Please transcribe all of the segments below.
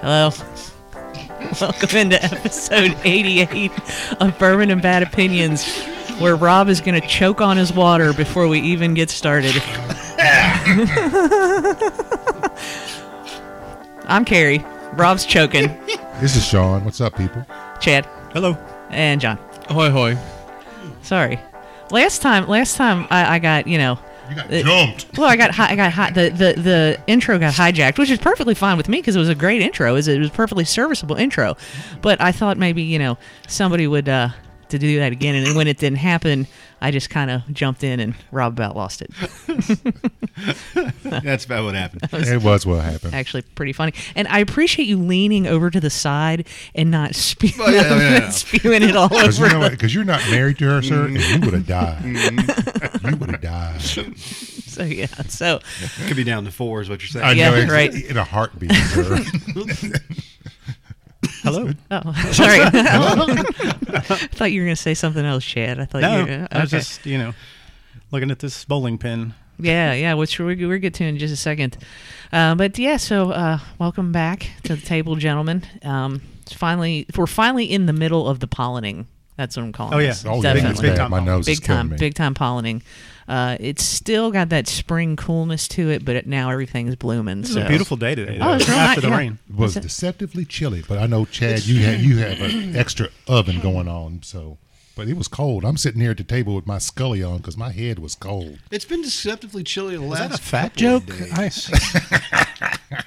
Hello. Welcome into episode 88 of Bourbon and Bad Opinions, where Rob is going to choke on his water before we even get started. I'm Carrie. Rob's choking. This is Sean. What's up, people? Chad Hello. and John. Hoy hoy. Sorry. Last time, last time I, I got you know. You got It- jumped. Well, I got hi- I got hi- the, the the intro got hijacked, which is perfectly fine with me because it was a great intro. It was, it was a perfectly serviceable intro, but I thought maybe you know somebody would uh to do that again, and when it didn't happen, I just kind of jumped in and Rob about lost it. That's about what happened. It was what happened. Actually, pretty funny, and I appreciate you leaning over to the side and not spewing Oh, yeah, yeah, yeah. spewing it all Because over. you know what? 'Cause you're not married to her, sir, and Mm-hmm. you would have died. you would have died. So yeah, so Could be down to four, is what you're saying. I Yeah, know it's right. in a heartbeat, sir. Hello. oh, sorry. I thought you were gonna say something else, Chad. I thought No, you. were- I was okay. just you know looking at this bowling pin. Yeah, yeah, which we're, we're get to in just a second. Uh, but yeah, so uh, welcome back to the table, gentlemen. Um, it's finally, we're finally in the middle of the pollinating. That's what I'm calling. Oh, yeah. this. Oh, yeah, definitely. it's bad. time. My nose is Big killing time, me. big time pollinating. Uh, it's still got that spring coolness to it, but it, now everything's blooming. This so. is a beautiful day today. Oh, though, it's after real nice, the yeah. rain. It was deceptively chilly, but I know Chad, you had you have an extra oven going on, so. But it was cold. I'm sitting here at the table with my scully on because my head was cold. It's been deceptively chilly the Is last that a fat couple of joke? days. I-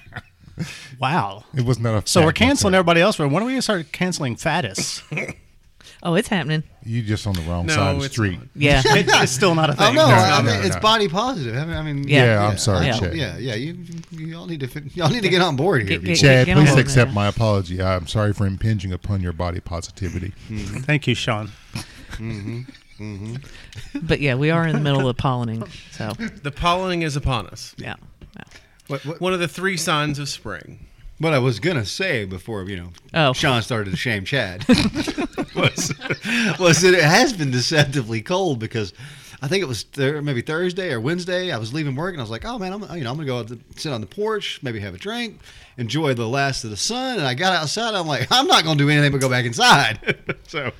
wow. It was not a. So fact, we're I'm canceling sorry. everybody else. Why don't we start canceling fattest? Oh, it's happening. You just on the wrong No, side of the it's street. Yeah. it's, it's still not a Oh thing. no, no, I mean, no, it's no. body positive. I mean, I mean Yeah. Yeah, I'm sorry, I- Chad. Yeah, yeah, you, you all need to fit, y'all need to get on board here. Get- get- people. Chad, Get on please board, accept yeah. my apology. I'm sorry for impinging upon your body positivity. Thank you, Sean. But yeah, we are in the middle of pollinating. So The pollinating is upon us. yeah. yeah. What, what, One of the three signs of spring. what I was gonna say before you know, Oh. Sean started to shame Chad was was that it has been deceptively cold because. I think it was th- maybe Thursday or Wednesday. I was leaving work and I was like, "Oh man, I'm you know I'm gonna go out to sit on the porch, maybe have a drink, enjoy the last of the sun." And I got outside. I'm like, "I'm not gonna do anything but go back inside." so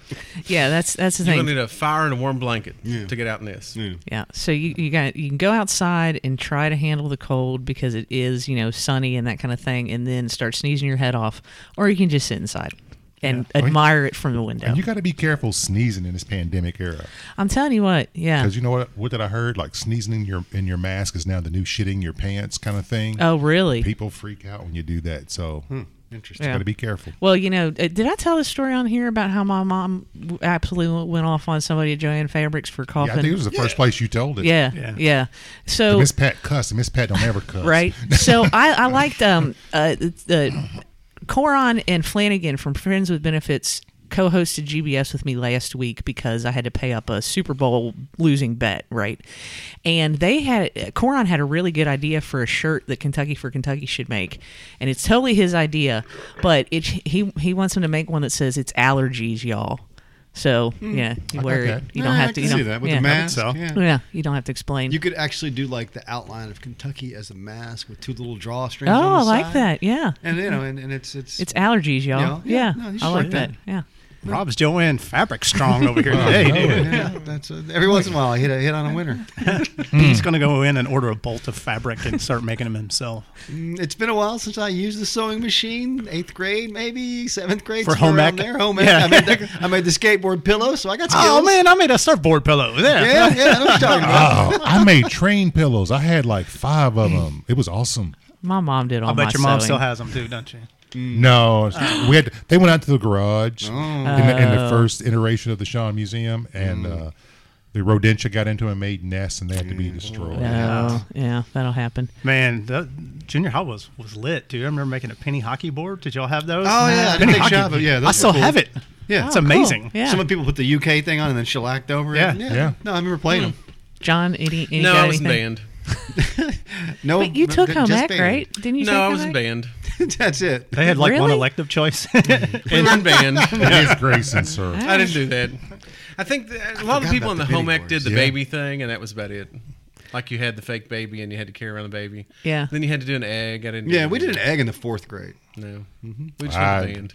Yeah, that's that's the You're thing. gonna need a fire and a warm blanket to get out in this. Yeah. So you, you got you can go outside and try to handle the cold because it is, you know, sunny and that kind of thing and then start sneezing your head off or you can just sit inside and admire it from the window. And you got to be careful sneezing in this pandemic era, I'm telling you what. Yeah. because you know what? What did I heard? Like sneezing in your in your mask is now the new shitting your pants kind of thing. Oh, really? People freak out when you do that, so interesting. just Yeah. got to be careful. Well, you know, uh, did I tell the story on here about how my mom w- absolutely went off on somebody at Joanne Fabrics for Yeah, I think coughing? it was the first place you told it. Yeah, yeah. Yeah. And So Miss Pat cussed. and Miss Pat don't ever cuss. right? So I, I liked um uh the Coron and Flanagan from Friends with Benefits co-hosted GBS with me last week because I had to pay up a Super Bowl losing bet, right? And they had Coron had a really good idea for a shirt that Kentucky for Kentucky should make, and it's totally his idea, but it he he wants him to make one that says it's allergies, y'all. So yeah, you I wear like it. that. You don't Yeah, have Hmm. to. I can You see don't, that with yeah. the mask. so. yeah. Yeah, you don't have to explain. You could actually do like the outline of Kentucky as a mask with two little drawstrings. oh, on I the like side. that. Yeah. And you know, and, and it's it's It's allergies, y'all. Yeah. Yeah, Yeah. No, you I should like like that. that. Yeah. Rob's Joanne Fabric Strong over here Oh, today. no. dude. yeah, that's a, every once in a while I hit a hit on a winner. He's going to go in and order a bolt of fabric and start making them himself Mm, it's been a while since I used the sewing machine. Eighth grade, maybe seventh grade For somewhere home around ec? There, home Yeah. ec. I made the, I made the skateboard pillow, so I got skills. Oh man, I made a surfboard pillow. There. Yeah, yeah, that's what I'm talking about. Oh, I made train pillows. I had like five of them. It was awesome. My mom did all I my bet your mom sewing. still has them too, don't you? No, we had. They went out to the garage in, the, in the Oh. first iteration of the Shawn Museum, and Mm. uh, the rodentia got into them, made nests, and they had to be destroyed. No, yeah, that'll happen. Man, the junior high was was lit, dude. I remember making a penny hockey board. Did y'all have those? Oh, yeah, I did penny make hockey. sure of it. Yeah, those I were still cool. have it. Yeah. it's Oh, cool. amazing. Yeah. Some people put the UK thing on and then shellacked over Yeah. it. Yeah. No, I remember playing Hmm. them. John, any, any No, got I wasn't anything? banned. No, But you took just home ec, band. right? Didn't you? take No, I home wasn't ec? banned. That's it. They had like one Really? elective choice. We weren't banned. It is Grayson, sir. I didn't do that. I think that a lot of forgot people about in the the home penny ec did boards. the Yeah. baby thing, and that was about it. Like you had the fake baby, and you had to carry around the baby. Yeah. Then you had to do an egg. I didn't. do Yeah, we that. did an egg in the fourth grade. No, Mm-hmm. we just I- had a band.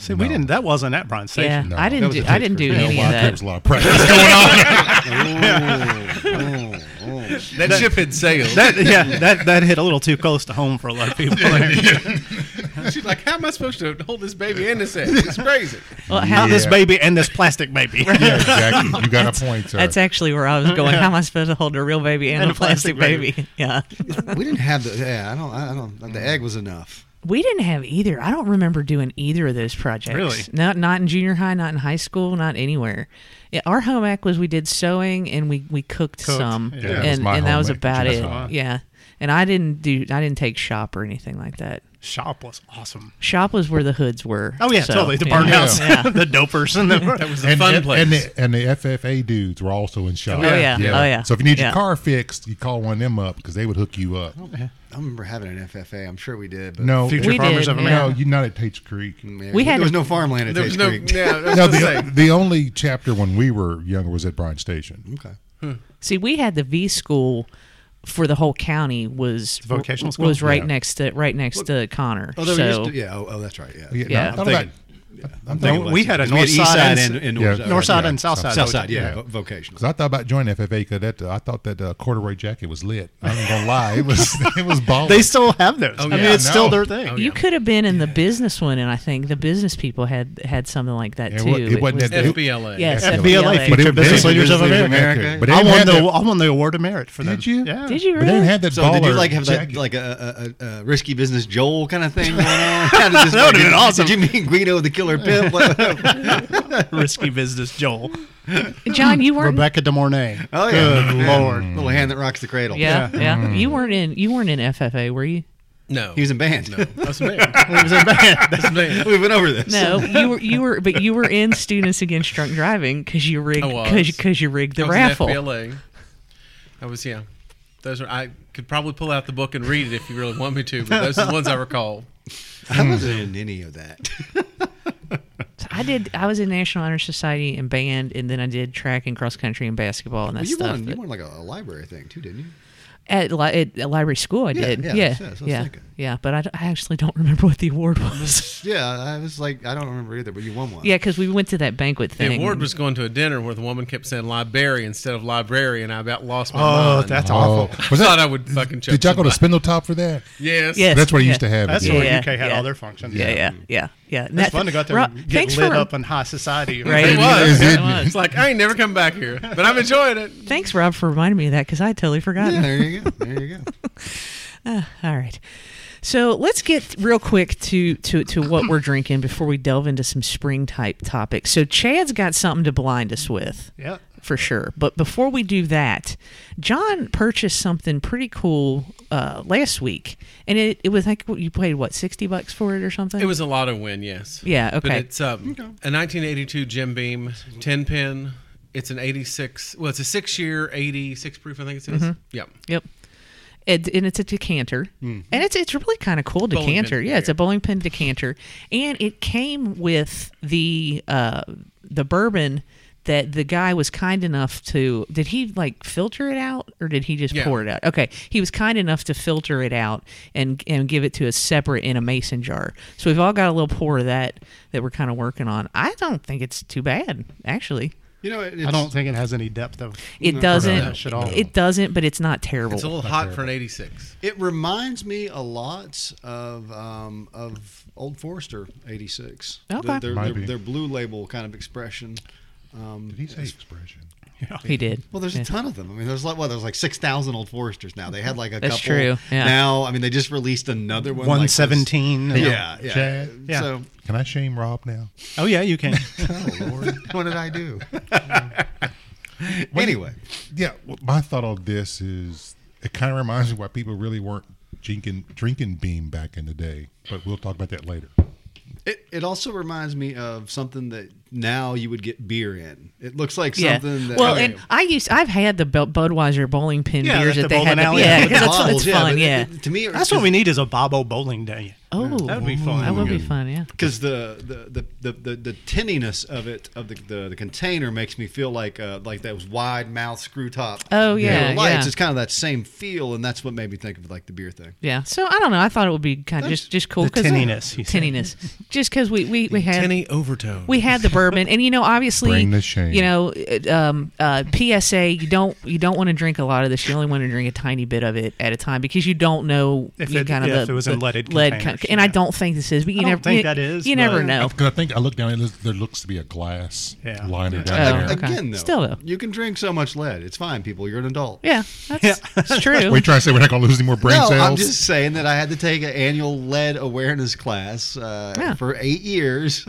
See, we No. didn't. That wasn't at Brian Station. Yeah, I That didn't. was Do, a I didn't do picture. You know any why? of There that. was a lot of practice going on. Oh, oh, That ship had sailed. That, yeah, that that hit a little too close to home for a lot of people. She's like, "How am I supposed to hold this baby in this egg? It's crazy." Well, how- Not this Yeah. baby and this plastic baby. yeah, exactly. You got a point, sir. That's actually where I was going. How am I supposed to hold a real baby and, a plastic, baby? Yeah. oh. we didn't have the. Yeah, I don't. I don't. The egg was enough. We didn't have either. I don't remember doing either of those projects. Really? No, not in junior high, not in high school, not anywhere. Yeah, our home ec was we did sewing and we, we cooked, some, Yeah, that was and, my and that home was ec, about which it. is fine. Yeah, and I didn't do I didn't take shop or anything like that. Shop was awesome. Shop was where the hoods were. Oh yeah, so, totally. The yeah. barn house, Yeah. the dopers, and the, that was the fun and, place. And the, and the FFA dudes were also in shop. Oh, yeah. Oh, yeah. So if you need Yeah. your car fixed, you call one of them up because they would hook you up. I remember having an FFA. I'm sure we did. But No, Future We Farmers did, of yeah. no, America. Mm. you're not at Tate's Creek. Yeah, We had there a- was no farmland at There was Tate's no. Creek. Yeah, that's No, the the, the only chapter when we were younger was at Bryan Station. Okay. See, we had the V school for the whole county was vocational school? was right Yeah. next to right next to Connor. Although we so used to, yeah. Oh, oh, that's right. Yeah. Yeah, Yeah. no, I thought I'm about- I'm thinking we had a We north east side and, and, and Yeah. north, side. north side yeah, and south south side. South side, Yeah. yeah, vo- Because vocational. I thought about joining FFA because that uh, I thought that uh, corduroy jacket was lit. I'm not gonna lie, it was it was balling. They still have those. I mean, yeah, it's still no. their thing. You could have been in the business one, and I think the business people had had something like that It too. wa- it wasn't was that the- big. FBLA. Yes, FBLA. FBLA. But Future it- they Business didn't Leaders do of Leaders America. But they I didn't won have the that- I won the award of merit for that. Did you? Yeah. Did you But they didn't really? have that So did you baller like have that jacket. like a, a, a, a risky business Joel kind of thing going on? How did this That would've work? been Did- awesome. Did you mean Guido the Killer Pimp? oh, Risky business, Joel. John, you weren't. Rebecca De Mornay. oh yeah, Good Yeah. lord. little hand that rocks the cradle. Yeah, yeah. You weren't in. You weren't in FFA, were you? No, he was in band. No, that's a band. It was a band. That's a band. We've been over this. No, you were. You were, but you were in Students Against Drunk Driving because you rigged I was. because you rigged the I was in raffle. FBLA. I was yeah. Those are I could probably pull out the book and read it if you really want me to, but those are the ones I recall. I wasn't in any of that. I did. I was in National Honor Society and band, and then I did track and cross country and basketball and that Well, you stuff. won, you but- won like a, a library thing too, didn't you? At, li- at, at library school, I Yeah, did. yeah, Yeah, yeah, that's- that's what I was yeah, thinking. But I, d- I actually don't remember what the award was. Yeah, I was like, I don't remember either, but you won one. yeah, because we went to that banquet The thing. award was going to a dinner where the woman kept saying "library" instead of "library," and I about lost my Oh, mind. that's Oh, awful. was I that? thought I would fucking choke Did y'all go to somebody. Spindletop for that? Yes. Yes. That's where you yeah. used to have That's it. where Yeah, UK had yeah. all their functions. Yeah, yeah, yeah, yeah. Oh. And It's that- fun to go out there Ro- and get lit up in high society. Right. It Is was. it- It was. It's like I ain't never come back here, but I'm enjoying it. Thanks, Rob, for reminding me of that because I totally forgot. Yeah, there you go. There you go. All right. So let's get real quick to, to, to what we're drinking before we delve into some spring type topics. So Chad's got something to blind us with. Yeah. for sure. But before we do that, John purchased something pretty cool uh, last week, and it, it was like you paid what sixty bucks for it or something. It was a lot of win, yes. Yeah, But okay. it's um, a 1982 Jim Beam 10 pin. It's an 86. Well, it's a six year 86 proof. I think it is. Yep. yep. It, and it's a decanter, and it's it's really kind of cool Mm-hmm. Bowling decanter. pin, yeah, it's yeah. a bowling pin decanter, and it came with the uh, the bourbon that the guy was kind enough to. Did he like filter it out, or did he just Yeah. pour it out? Okay, he was kind enough to filter it out and and give it to us separate in a mason jar. So we've all got a little pour of that that we're kind of working on. I don't think it's too bad actually. You know, it, it's, I don't think it has any depth of. uh, It that doesn't. shit all. It doesn't, but it's not terrible. It's a little hot for an 86. It reminds me a lot of um, of Old Forester '86. Okay. their, Might their, be. their blue label kind of expression. Um, Did he say expression? he did. Well, there's a ton of them. I mean, there's like what? There's like six thousand old Foresters now. They had like a That's couple. true, yeah. Now, I mean, they just released another one. like this. 117. yeah, yeah. Chad? Yeah. So, Can I shame Rob now? Oh, yeah, you can. oh Lord, what did I do? anyway, Yeah, well, my thought on this is it kind of reminds me why people really weren't drinking drinking beam back in the day. But we'll talk about that later. it, it also reminds me of something that now you would get beer in. It looks like Yeah. something that well, and I used I've had the Bud- Budweiser bowling pin Yeah, beers at that the they had. bowling alley. yeah, With 'cause that's bottles, it's fun. but it- Yeah. it- to me, That's what we need is a Bobo bowling day. oh, that would be fun. That would be fun. Yeah. because the the, the, the, the the tinniness of it of the, the, the container makes me feel like uh, like those wide mouth screw top. Oh, you know, yeah, lights. yeah. It's kind of that same feel, and that's what made me think of like the beer thing. Yeah, so I don't know. I thought it would be kind of just just cool the 'cause- uh, tinniness, he said. tinniness, just because we we we had Tinny overtone. we had the bourbon, and you know, obviously, Bring the shame. you know, it, um, uh, PSA, you don't you don't want to drink a lot of this. You only want to drink a tiny bit of it at a time because you don't know If you it- kinda yeah, if it was in leaded containers, and I yeah. don't think this is, but you I don't never think you, that is, You never but- know. Because I think I look down, it looks, there looks to be a glass Yeah. liner Oh, down Like, there. okay. Again, though, Still, though. you can drink so much lead. It's fine, people. You're an adult. Yeah, that's, that's true. We're trying to say we're not going to lose any more brain No, cells. I'm just saying that I had to take an annual lead awareness class uh, Yeah. for eight years.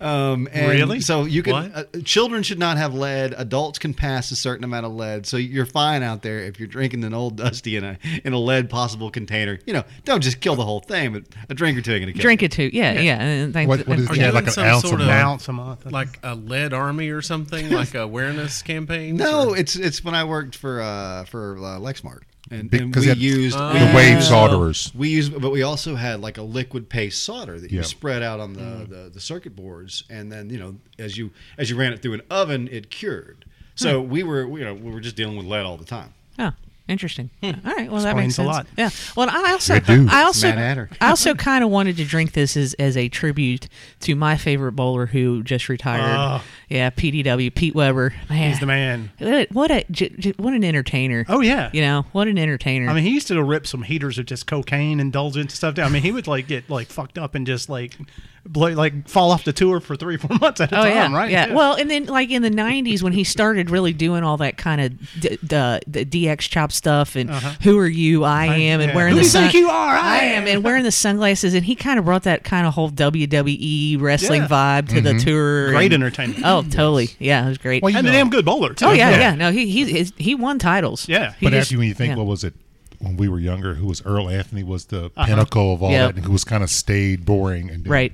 Um, and Really? So you can. What? Uh, children should not have lead. Adults can pass a certain amount of lead. So you're fine out there if you're drinking an old dusty in a in a lead possible container. You know, don't just kill the whole thing, but a drink or two. Can drink it too. Yeah, yeah. and thanks, What- what is Are Yeah, you like in an some ounce sort a of month. Ounce a month. like a lead army or something, like a awareness campaign? No, or- it's it's when I worked for uh, for uh, Lexmark, and, and Because we it- used Oh. we the wave used- solderers. We use, but we also had like a liquid paste solder that you Yeah. spread out on the, Mm. the the circuit boards, and then you know as you as you ran it through an oven, it cured. So Hmm. we were you know we were just dealing with lead all the time. Oh, interesting. All right. Well, that Hmm. Explains makes a sense. lot. Yeah. Well, and I also, It do. I also, Mad Hatter. I also kind of wanted to drink this as, as a tribute to my favorite bowler who just retired. Oh. Yeah, PDW Pete Weber. Man, He's the man. What a, what a j- j- what an entertainer. Oh, yeah. You know what an entertainer. I mean, he used to rip some heaters of just cocaine indulgence stuff down. I mean, he would like get like fucked up and just like, blow, like fall off the tour for three, four months at a Oh time, yeah, right? yeah. Well, and then like in the '90s when he started really doing all that kind of d- d- d- DX chop stuff and who are you, I am, and Uh-huh. yeah. wearing the Who do you think sun- you are? I am, and wearing the sunglasses, and he kind of brought that kind of whole WWE wrestling Yeah. vibe to Mm-hmm. the tour. great and- entertainment. Oh, totally. Yeah, it was great. Well, you and know, a damn good bowler too. oh yeah, yeah, No, he he his, he won titles. Yeah. He But just- after when you think, yeah. what was it when we were younger? Who was Earl Anthony? Was the Uh-huh. pinnacle of all Yep. that, and who was kind of stayed boring and didn't- right,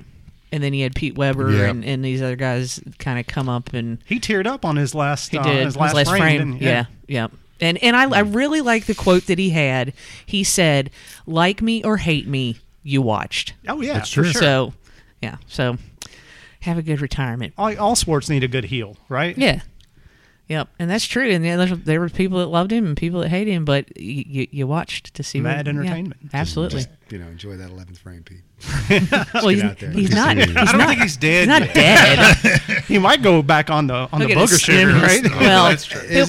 and then he had Pete Weber Yeah. and, and these other guys kind of come up and He teared up on his last. He uh, did His last, frame. didn't he? Yeah, yeah. And and I, I really like the quote that he had. He said, "Like me or hate me, you watched." Oh yeah. That's for true. sure. So, yeah. So, have a good retirement. all, all sports need a good heel, right? Yeah. Yep, and that's true. And there, there were people that loved him and people that hated him, but you, you, you watched to see what- Mad yeah, entertainment. absolutely. Just, you know, enjoy that eleventh frame, Pete. well, he's, get out there. he's not. He's I don't not, think he's dead. he's not yet. dead. He might go back on the on Look the at his booger shooter, skin. right? Well, That's true. He'll, Is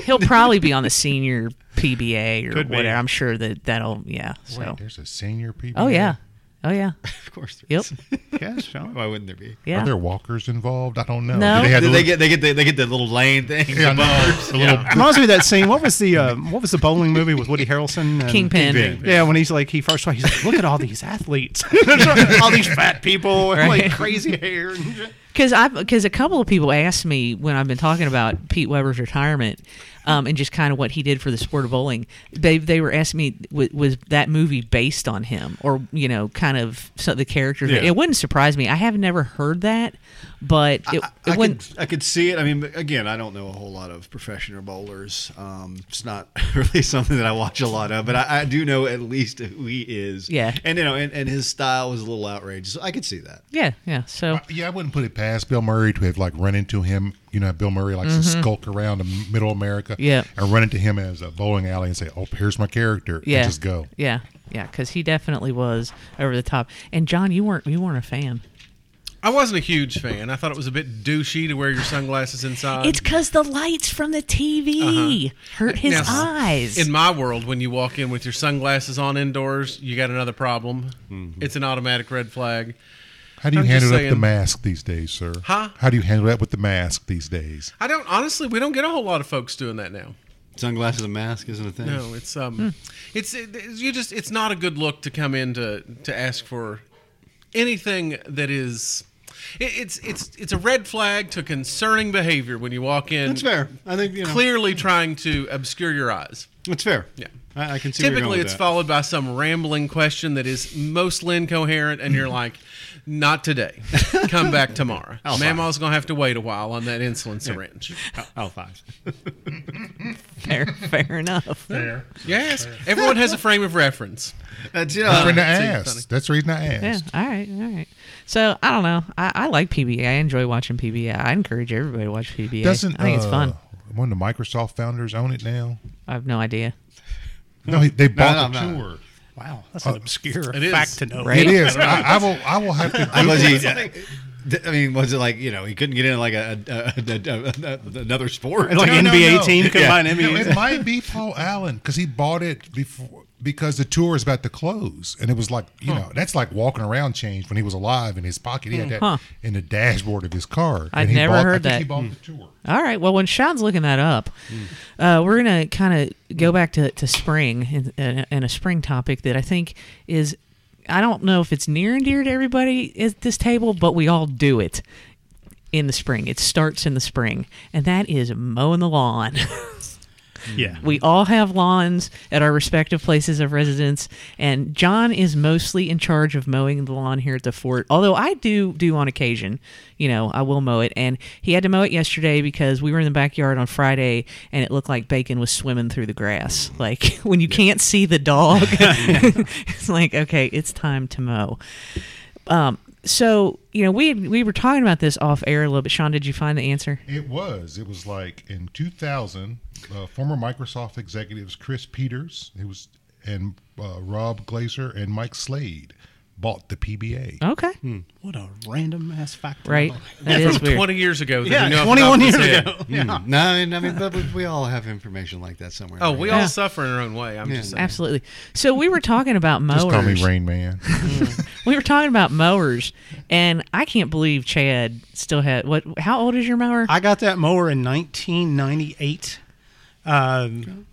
he'll probably be on the senior PBA or Could be. whatever. I'm sure that that'll yeah. So Wait, there's a senior people. Oh yeah. Oh yeah. Of course. there Yep. is. Yes, Sean. Why wouldn't there be? Yeah. Are there walkers involved? I don't know. No. Do they, have Did the they little- get they get the, they get the little lane thing? Yeah, no, the little Reminds me of that scene. What was the uh, what was the bowling movie with Woody Harrelson? And, Kingpin. Kingpin. Yeah, when he's like he first saw, he's like, look at all these athletes, all these fat people, and Right. like crazy hair. And shit. Because I because a couple of people asked me when I've been talking about Pete Weber's retirement, um, and just kind of what he did for the sport of bowling. They they were asking me was, was that movie based on him or you know kind of so the characters. Yeah. It wouldn't surprise me. I have never heard that, but it, I it wouldn't. could, I could see it. I mean, again, I don't know a whole lot of professional bowlers. Um, it's not really something that I watch a lot of, but I, I do know at least who he is. Yeah. and you know, and, and his style was a little outrageous. I could see that. yeah, yeah. So Uh, Yeah, I wouldn't put it past Bill Murray to have like run into him. You know, how Bill Murray likes to skulk around the middle America. Mm-hmm. Yeah. and run into him as a bowling alley and say, "Oh, here's my character." yeah, and just go. Yeah, yeah. Because he definitely was over the top. And John, you weren't you weren't a fan. I wasn't a huge fan. I thought it was a bit douchey to wear your sunglasses inside. It's because the lights from the TV hurt his Now, eyes. In my world, when you walk in with your sunglasses on indoors, you got another problem. It's an automatic red flag. How do you I'm just handle up the saying. mask these days, sir? Huh? How do you handle that with the mask these days? I don't honestly. We don't get a whole lot of folks doing that now. Sunglasses and mask isn't a thing. No, it's um, Hmm. it's it, you just it's not a good look to come in to to ask for anything that is. It, it's it's it's a red flag to concerning behavior when you walk in. That's fair. I think you know. Clearly trying to obscure your eyes. That's fair. Yeah. I, I can see. where you're going Typically, with it's that. followed by some rambling question that is mostly incoherent, and you're Hmm. like, "Not today. Come back tomorrow." I'll Mamaw's gonna have to wait a while on that insulin syringe. I'll five. Fair, fair enough. Fair. Yes, everyone has a frame of reference. That's you know. That's the reason I Uh, see, funny. asked. That's the reason I Yeah. asked. All right. All right. So I don't know. I, I like PBA. I enjoy watching PBA. I encourage everybody to watch PBA. Doesn't I think it's uh, fun. One of the Microsoft founders own it now. I have no idea. Hmm? No, he- they bought no, the no. tour. Wow, that's an obscure It is. fact to know. Right? It is. I, I will. I will have to. Google was he? it. th- I mean, was it like you know he couldn't get in like a, a, a, a, a another sport? Like No, no, NBA no. team Yeah. combined No, NBA. it might be Paul Allen because he bought it before because the tour is about to close, and it was like you know that's like walking around change when he was alive in his pocket. He had that Hmm. Huh. in the dashboard of his car. I'd and he never bought- heard I think that. Hmm. He bought the tour. All right. Well, when Sean's looking that up, Hmm. uh, we're gonna kind of go back to to spring and, and, and a spring topic that I think is I don't know if it's near and dear to everybody at this table, but we all do it in the spring. It starts in the spring, and that is mowing the lawn. Yeah. we all have lawns at our respective places of residence, and John is mostly in charge of mowing the lawn here at the fort. Although I do do on occasion, you know, I will mow it, and he had to mow it yesterday because we were in the backyard on Friday, and it looked like bacon was swimming through the grass. Like when you can't see the dog, it's like okay, it's time to mow. Um, so you know, we had, we were talking about this off air a little bit. Sean, did you find the answer? It was. It was like in 2000, uh, former Microsoft executives Chris Peters, who was, and uh, Rob Glaser and Mike Slade bought the PBA. Okay, What a random ass fact. to right. know. That is weird. Twenty years ago, that Yeah, we know off the top 21 of his years head. ago. Yeah. Hmm. no, I mean, I mean but we, we all have information like that somewhere. Oh, we Yeah. all suffer in our own way. I'm Yeah. just saying. Absolutely. So we were talking about mowers. Just call me Rain Man. We were talking about mowers, and I can't believe Chad still had what? How old is your mower? I got that mower in 1998. Um,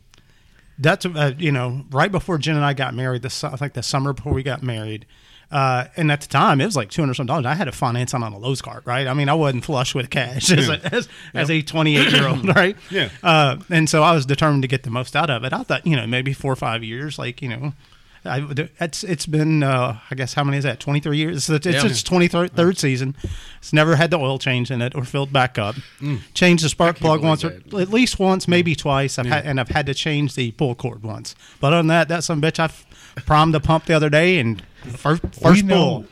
that's uh, you know right before Jen and I got married. The su- I think the summer before we got married, uh, and at the time it was like two hundred some dollars. I had to finance it on a Lowe's cart, right? I mean, I wasn't flush with cash as a, as, as a twenty eight year old, right? Yeah. Uh, and so I was determined to get the most out of it. I thought you know maybe four or five years, like you know. I, it's it's been uh, I guess how many is that twenty three years? So It's, it's, Yeah. it's twenty third season. It's never had the oil change in it or filled back up. Changed the spark plug believe once or that. at least once, maybe twice. I've had, and I've had to change the pull cord once. But other than that, that some bitch I f- primed the pump the other day and first We first pull.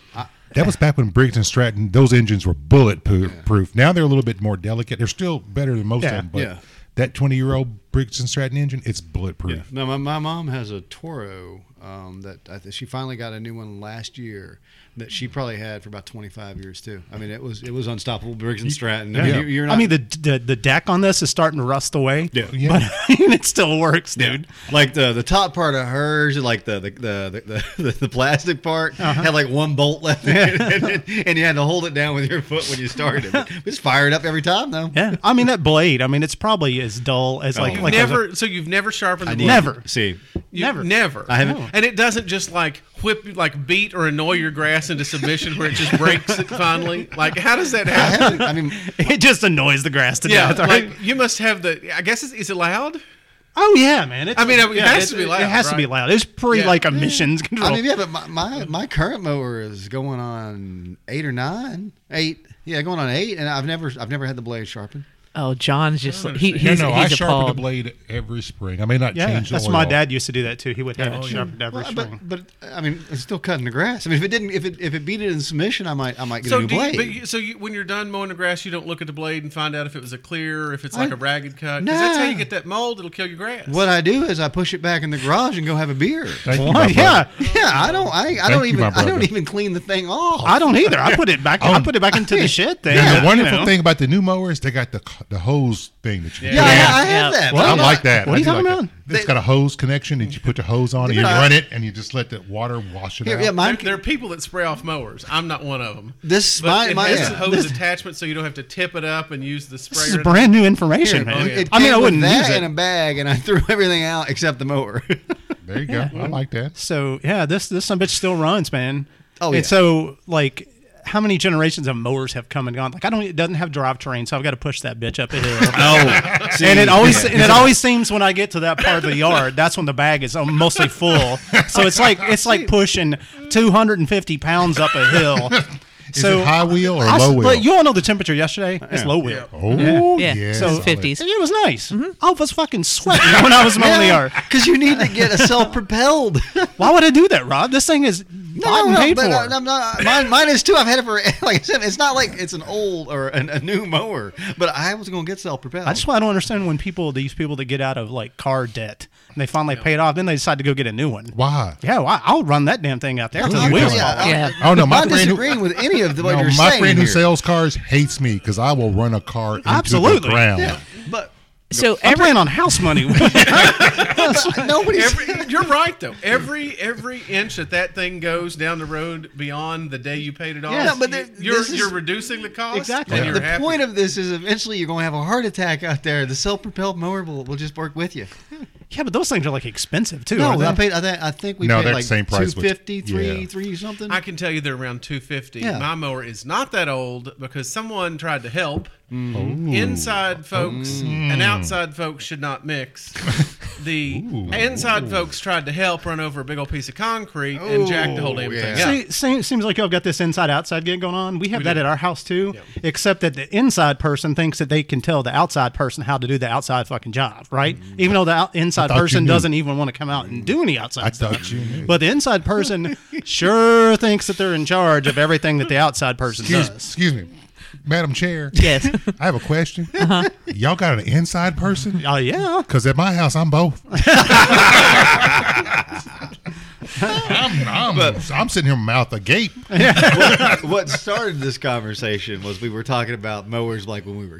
that was back when Briggs and Stratton; those engines were bulletproof. proof. Now they're a little bit more delicate. They're still better than most Yeah, of them, but yeah. that twenty-year-old Briggs and Stratton engine, it's bulletproof. No, my, my mom has a Toro um, that I th- she finally got a new one last year that she probably had for about 25 years too. I mean, it was it was unstoppable. Briggs and Stratton. I mean, Yeah. you- you're not, I mean the, the the deck on this is starting to rust away. Yeah. Yeah. but I mean, it still works, dude. like the the top part of hers, like the the the the, the, the plastic part Uh-huh. had like one bolt left, in it, and, and you had to hold it down with your foot when you started. But It's fired up every time though. Yeah, I mean that blade. I mean it's probably as dull as like You've like a- never, so you've never sharpened the blade. Never. see. You- Never. never. I haven't- And it doesn't just like whip, like beat or annoy your grass into submission where it just breaks it finally. Like, how does that I happen? haven't. I mean, it just annoys the grass to Yeah, death. Right? like you must have the. I guess it's, is it loud? oh yeah, man. It's, I mean, it has to be loud, It has to be right? loud. It's pretty Yeah. like emissions control. I mean, yeah, but my, my my current mower is going on eight or nine, eight. Yeah, going on eight, and I've never I've never had the blade sharpened. oh, John's just like, he, No, he's, no, I he's sharpen appalled. the blade every spring. I may not Yeah, change the that's oil. Oh, my dad used to do that too. He would have it sharpened every Well, spring. but, but I mean, it's still cutting the grass. I mean, if it didn't, if it if it beat it in submission, I might I might get a So, new do you, blade. but you, so you, when you're done mowing the grass, you don't look at the blade and find out if it was a clear, or if it's like I- a ragged cut. Because that's how you Nah. get that mold. It'll kill your grass. what I do is I push it back in the garage and go have a beer. Thank you, Well, my brother. yeah, Yeah, I don't I, I don't you, even my I don't brother. even clean the thing off. I don't either. I put it back. I Oh. put it back into the shed thing. And the you wonderful know. thing about the new mower is they got the the hose thing that you Yeah. yeah, I, I Yeah. have that. I but like that. What are I you do talking like about? that. It's got a hose connection, and you put the hose on, and you Yeah, I- run it, and you just let the water wash it Yeah, out. yeah, There, mine. there are people that spray off mowers. I'm not one of them. This- But my- it my- has yeah. a hose attachment, so you don't have to tip it up and use the sprayer. This is brand new information, man. Oh, yeah. it I mean, came I with wouldn't that use it. in a bag, and I threw everything out except the mower. there you go. I like that. so yeah, this this some bitch still runs, man. Oh, and yeah. so like how many generations of mowers have come and gone? Like I don't. It doesn't have drivetrain, so I've got to push that bitch up a hill. Oh, see, and it always yeah. and it always seems when I get to that part of the yard, that's when the bag is um, mostly full. So it's like it's like pushing 250 pounds up a hill. Is so it high wheel or I s- low wheel? But you all know the temperature yesterday. It's low wheel. oh Yeah. yeah, Mm-hmm. So solid. 50s. It was nice. I was fucking sweating when I was mowing the yard. because you need to get a self-propelled. Why would I do that, Rob? This thing is bought and paid but uh, for. I- I'm not- mine, mine is too. I've had it for like I said. It's not like it's an old or an, a new mower, but I was going to get self-propelled. I just I don't understand when people these people that get out of like car debt and they finally pay it off, then they decide to go get a new one. Why? Yeah, well, I'll run that damn thing out there. till Yeah, the wheels fall yeah, off. Yeah. I, Oh, no, I'm my not friend who- disagreeing with any of the, what No, you're my saying friend who here. sells cars hates me because I will run a car into Absolutely. the ground. Yeah, but So I'm every playing on house money. but nobody's. Every, you're right though. Every every inch that that thing goes down the road beyond the day you paid it off, Yeah, but you- there- you're this is- you're reducing the cost. Exactly. And the you're happy. point of this is eventually you're going to have a heart attack out there. The self-propelled mower will, will just work with you. Yeah, but those things are like expensive too. No, aren't I they? paid. I think, I think we No, paid they're like the same price with- 250, three, yeah. three something. I can tell you they're around 250. Yeah. My mower is not that old because someone tried to help. Oh. Inside folks and outside folks should not mix. The inside folks tried to help run over a big old piece of concrete and jack the whole damn yeah. thing. Yeah. See, up. se- seems like y'all got this inside outside gig going on. We have that at our house too, except that the inside person thinks that they can tell the outside person how to do the outside fucking job, right? Even though the out- inside thought you person knew. doesn't even want to come out and do any outside I stuff. thought you knew. But the inside person sure thinks that they're in charge of everything that the outside person Excuse, does. excuse me, Madam Chair. yes, I have a question. Uh-huh. Y'all got an inside person? Oh yeah. Because at my house, I'm both. I'm, I'm, I'm sitting here mouth agape. what started this conversation was we were talking about mowers like when we were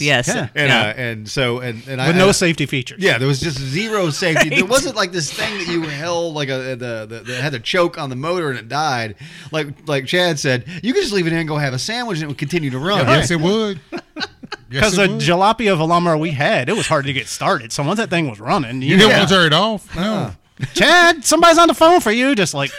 yes, yes. Yeah. And Yeah. uh, and so and and I With no I- safety features. yeah, there was just zero safety. There wasn't like this thing that you held like a the, the, the had the choke on the motor and it died. Like like Chad said, you could just leave it in and go have a sandwich and it would continue to run. Yes, it would. Yes, Because it the would. jalopy of Alhambra we had, it was hard to get started. So once that thing was running, you you didn't know, want to turn it off. No. Uh-huh. Chad, somebody's on the phone for you. Just like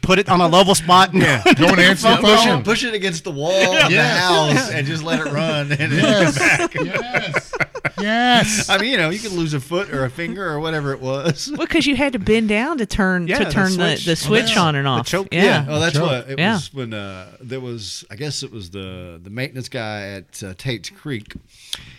put it on a level spot. And yeah. You want to answer the Push it, phone? push it against the wall of the Yes. house and just let it run. And Yes. yes. Yes. I mean, you know, you could lose a foot or a finger or whatever it was. Well, because you had to bend down to turn Yeah, to the turn the, switch. the switch on and off. choke- yeah. Oh, that's Sure. what it Yeah. was when uh, there was. I guess it was the the maintenance guy at uh, Tate's Creek.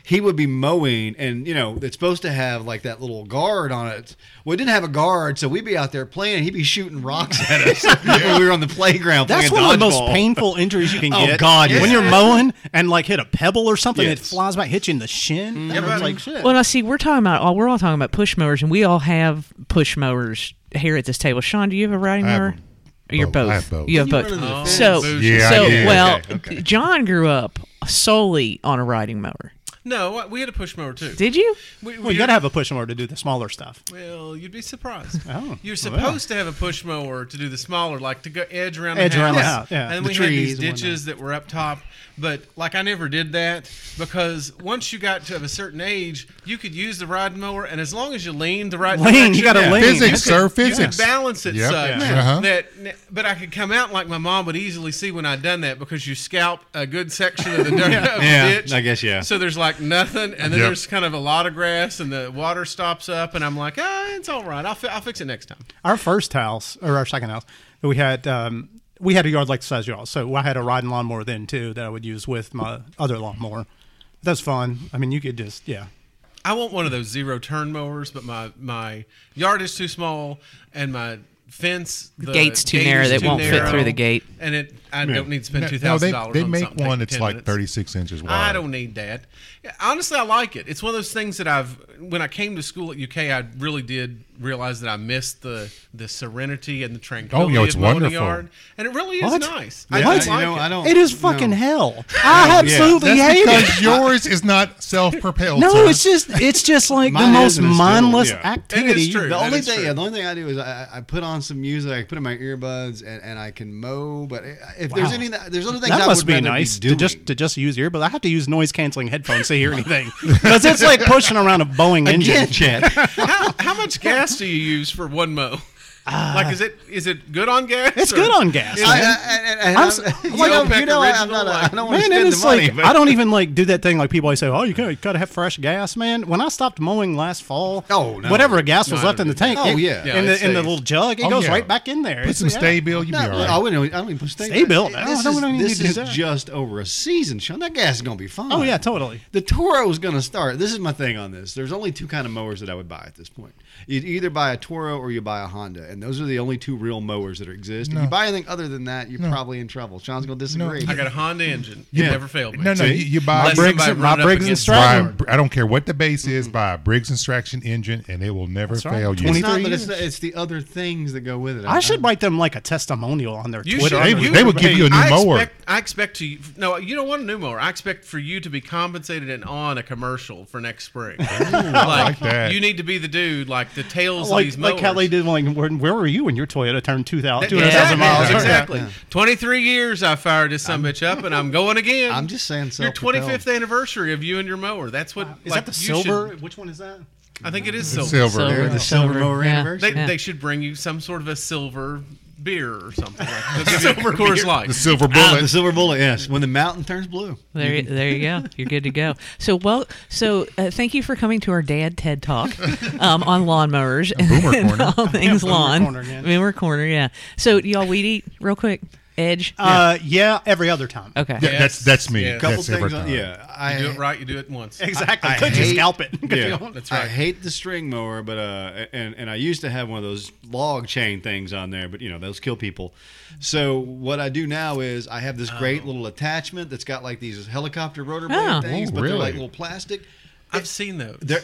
He would be mowing, and you know it's supposed to have like that little guard on it. Well, it didn't have a guard, so we'd be out there playing. and He'd be shooting rocks at us when we were on the playground. That's playing one of the most dodgeball. painful injuries you can Oh, get. God, When yes. you're mowing and like hit a pebble or something, it Yes. Mm. flies by, hits you in the shin. Yeah, but- like shit. Well, now see, we're talking about all we're all talking about push mowers, and we all have push mowers here at this table. Sean, do you have a riding I have mower? them. You're Both. both. I have both. You have You both. run into the So, fence. Yeah, I so did. well, Okay, okay. John grew up solely on a riding mower. no, we had a push mower too. Did you? we, well, you gotta have a push mower to do the smaller stuff. Well, you'd be surprised. Oh, You're well, yeah. supposed to have a push mower to do the smaller, like to go edge around Edge the house. around the house, yeah. And then The we had these trees and whatnot. ditches that were up top. But like I never did that because once you got to of a certain age, you could use the ride mower, and as long as you leaned the right Lean, direction, you gotta yeah. lean. Physics, You sir. You could Physics. balance it Yep. such Yeah. Uh-huh. that, but I could come out like my mom would easily see when I'd done that because you scalp a good section of the dirt of the Yeah, ditch. I guess, yeah. So there's like nothing, and Yep. then there's kind of a lot of grass, and the water stops up, and I'm like, ah, it's all right. I'll, fi- I'll fix it next time. Our first house or our second house, we had um, we had a yard like the size of y'all. So I had a riding lawnmower then too that I would use with my other lawnmower. That's fun. I mean, you could just yeah. I want one of those zero turn mowers, but my my yard is too small, and my fence the gate's too gate narrow. is They too won't fit narrow, through the gate. and it I don't need to spend No, two no, thousand they, dollars. they on make something that one takes that's 10 like minutes. 36 inches wide. I don't need that. Honestly, I like it. It's one of those things that I've when I came to school at UK, I really did realize that I missed the the serenity and the tranquility Oh, it's of mowing the wonderful. yard, and it really is What? nice. Yeah, I What? do you like know, it. I don't. It is no. fucking hell. I absolutely That's hate it. because yours is not self-propelled. No, sir. it's just it's just like the Mine most isn't, it's still- mindless yeah. activity. It is true. The That only is thing, true. yeah, the only thing I do is I, I put on some music. I put in my earbuds and, and I can mow. But eh, if there's Wow. any, there's other things That I must would be rather nice Be to doing. just to just use earbuds. I have to use noise canceling headphones to hear anything because it's like pushing around a Boeing engine. Again, Chad. How, how much gas do you use for one mow? Ah. like, is it is it good on gas? It's or- good on gas. Is I, man. I, I, I, I'm s- I'm- like, you know, Beck you know I, am original, not. A, I like- don't want Man, to it spend the is money. like but- I don't even like do that thing like people always say, "Oh, you gotta, gotta have fresh gas, man." When I stopped mowing last fall, Oh, no. whatever gas was No, I left in the don't tank, do that. it- Oh, yeah. Yeah, in the in it the stays. little jug, it Oh, goes yeah. right back in there. Put It's- some yeah. stay bill. You'll No, be all right. I wouldn't. I don't even put stay, Stay built. This No, I is, don't even need this to do is that. just over a season, Sean. That gas is gonna be fine. Oh yeah, totally. The Toro's gonna start. This is my thing on this. There's only two kind of mowers that I would buy at this point. You either buy a Toro or you buy a Honda, and those are the only two real mowers that exist. If you buy anything other than that, you're probably in trouble. Sean's gonna disagree. I got a Honda engine. You Yeah. never failed me. No, no, you, you buy. Unless a Briggs- Briggs- somebody my run up Briggs and against- Stratton. buy a Driver. Br- I don't care what the base is. Buy a Briggs and Traction engine, and it will never right. fail you. It's 23 not that years. it's, the, it's the other things that go with it. I should write them like a testimonial on their You Twitter. should- They- they would give you a new I mower. Expect, I expect to. No, you don't want a new mower. I expect for you to be compensated and on a commercial for next spring. like that. You need to be the dude, like the tails of like, these like mowers. how they did. Like, where, where were you when your Toyota turned 2,000 That- 200,000 yeah, miles? Exactly. 23 years I fired this some bitch up, and I'm going again. I'm just saying Your self-propelled. 25th anniversary of you and your mower. That's what. Is like, that the you should- silver? Which one is that? I think it is It's silver. silver. Silver. They're the silver mower Yeah. anniversary. They, they should bring you some sort of a silver beer or something. Like that. silver Coors Light. The silver Ah, the bullet. silver bullet. Yes, when the mountain turns blue. There, you- there you go. You're good to go. So, well, so uh, thank you for coming to our dad TED talk um, on lawnmowers, Boomer and corner. all things Yeah, boomer lawn, corner, yeah. Boomer corner. Yeah. So, y'all weed eat real quick. Edge. Uh, yeah, every other time. okay. Yeah, that's that's me. Yeah. Couple That's every things. On, time. yeah, I You do it right, you do it once. Exactly. I- I Could you hate- scalp it? Could Yeah, you- That's I right. hate the string mower, but uh, and and I used to have one of those log chain things on there, but you know those kill people. So what I do now is I have this great little attachment that's got like these helicopter rotor blade Oh. things, Oh, but they're like really? little plastic. I've seen those. They're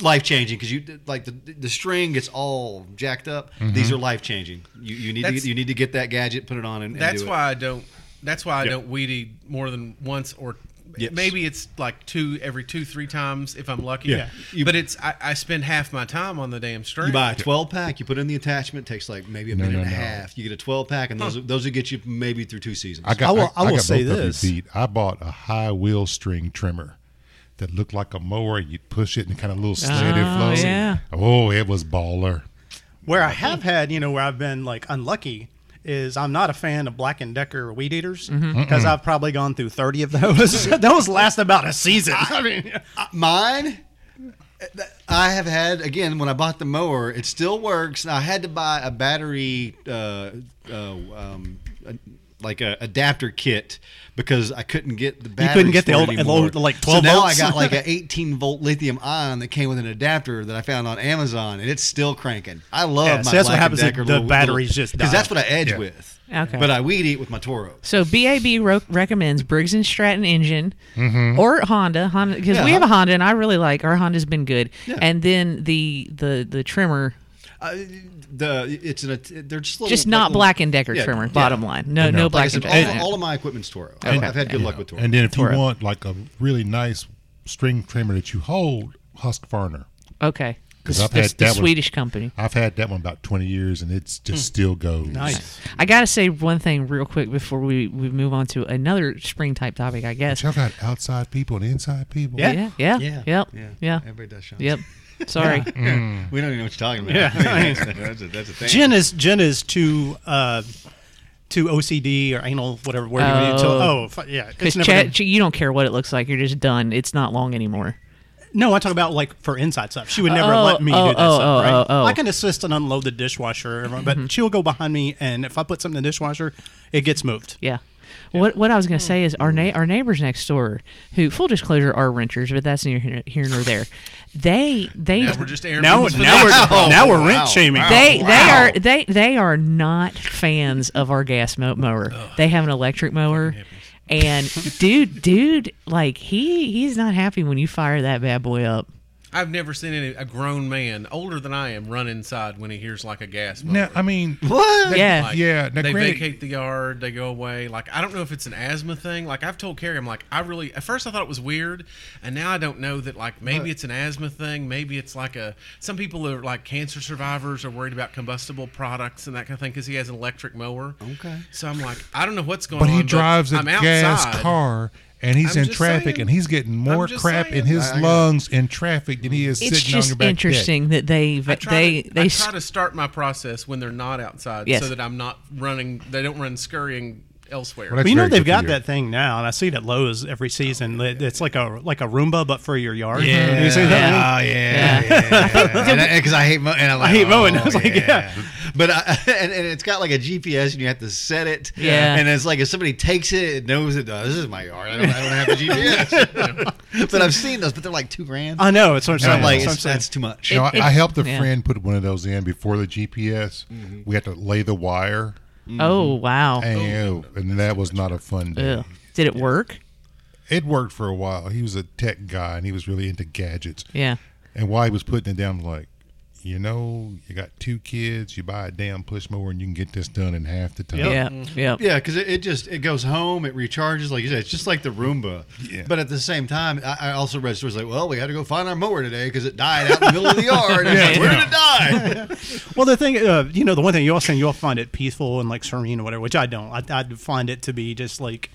life changing because you like the the string gets all jacked up. These are life changing. You you need to That's- get, you need to get that gadget, put it on, and, and That's do it. why I don't. That's why I Yeah. don't weed eat more than once or. Yes. Maybe it's like two every two three times if I'm lucky. Yeah. You- but it's I, I spend half my time on the damn string. You buy a 12 pack, you put in the attachment, takes like maybe a No, minute no, and a no. half. You get a 12 pack, and those those will get you maybe through two seasons. I got. I will- I will got say both of you this. beat. I bought a high wheel string trimmer that looked like a mower. You'd push it and kind of little slid it Oh, flows. yeah. Oh, it was baller. Where I have had, you know, where I've been like unlucky is I'm not a fan of Black and Decker weed eaters because Mm-hmm. I've probably gone through 30 of those. those last about a season. I mean, Mine, I have had again when I bought the mower, it still works. I had to buy a battery, uh, uh, um, a- like a adapter kit because I couldn't get the battery. couldn't get the for old- it the anymore. old, like, 12 So now volts? I got like an 18 volt lithium ion that came with an adapter that I found on Amazon, and it's still cranking. I love Yeah, my. so that's what Black happens if Decker the little- batteries little- just die. that's what I edge Yeah. with. Okay. but I weed eat with my Toro. So BAB ro- recommends Briggs and Stratton engine or Honda, Honda because we Mm-hmm. Yeah. have a Honda and I really like our Honda's been good. Yeah. And then the the the trimmer, Uh, the it's an they're just little, just not Oh, like little- Black and Decker yeah, trimmer. yeah. Bottom line, no no, no, Black Like I and said, Decker. all, all of my equipment's Toro. I've, I've had good luck with Toro. And then if Toro. you want like a really nice string trimmer that you hold, Husqvarna. okay, Because The- I've had the, the that one. Swedish company. I've had that one about 20 years, and it's just still goes. nice. I gotta say one thing real quick before we, we move on to another spring type topic. I guess. Y'all got outside people and inside people. Yeah. Yeah. Yeah. Yeah. Yep. Yeah. Yeah. Everybody does shots. Yep. Sorry. We don't even know what you're talking about. Yeah. I mean, that's, that's a, that's a thing. Jen is Jen is too uh, too OCD or anal whatever word you need to. Oh. Oh, fu- yeah. Because It's never gonna- you don't care what it looks like. You're just done. It's not long anymore. no, I talk about like for inside stuff. She would never Oh, let me oh, do that oh, stuff. oh, right? oh, Mm-hmm. oh. I can assist and unload the dishwasher, everyone, but she'll go behind me, and if I put something in the dishwasher, it gets moved. Yeah. What what I was going to say is our na- our neighbors next door, who full disclosure are renters, but that's neither here, here nor there. They they Now we're just airing Now, these for now the- we're now we're Wow. rent shaming. Oh, they they are they they are not fans of our gas mo- mower. They have an electric mower. And dude, dude, like he he's not happy when you fire that bad boy up. I've never seen any, a grown man older than I am run inside when he hears like a gas. Motor. Now, I mean, What? that- Yeah. Like, yeah. Now, they granted- vacate the yard. They go away. Like I don't know if it's an asthma thing. Like I've told Carrie, I'm like I really at first I thought it was weird, and now I don't know that like maybe it's an asthma thing. Maybe it's like a some people are like cancer survivors are worried about combustible products and that kind of thing because he has an electric mower. Okay. So I'm like I don't know what's going But on. he drives a I'm gas outside. car, and he's I'm in just traffic saying. and he's getting more I'm just crap in saying. his I- I- lungs in traffic than he is It's sitting on your just back deck. interesting that they I they try they, to, I try to start my process when they're not outside, Yes. so that I'm not running. They don't run scurrying elsewhere. Well, that's Well, you know very they've good got for you. that thing now, and I see it at Lowe's every season. It- It's like a like a Roomba, but for your yard. Yeah. you see that? Oh yeah, yeah. Because I hate mowing. And I'm like, I hate mowing. Oh, I was like, yeah. But I, and, and it's got like a GPS, and you have to set it. Yeah. And it's like if somebody takes it, it knows it. Oh, this is my yard. I don't, I don't have a GPS. but I've seen those, but they're like two grand. I know. It's what I'm and saying. I'm like, That's what I'm it's, saying. that's too much. You know, It- I, I it- helped a yeah. friend put one of those in before the GPS. Mm-hmm. We had to lay the wire, oh wow, and, and that was not a fun day. Ugh. did it work? It worked for a while. He was a tech guy, and he was really into gadgets. Yeah. And while he was putting it down, I'm like, you know, you got two kids, you buy a damn push mower, and you can get this done in half the time. Yeah. Yeah. Yeah, because it, it just it goes home, it recharges, like you said, it's just like the Roomba. Yeah. But at the same time, I, I also read stories like, well, we had to go find our mower today because it died out in the middle of the yard. And it's like, Where did it die? Well, the thing, uh, you know, the one thing you all saying, you all find it peaceful and like serene or whatever, which I don't. I, I find it to be just like,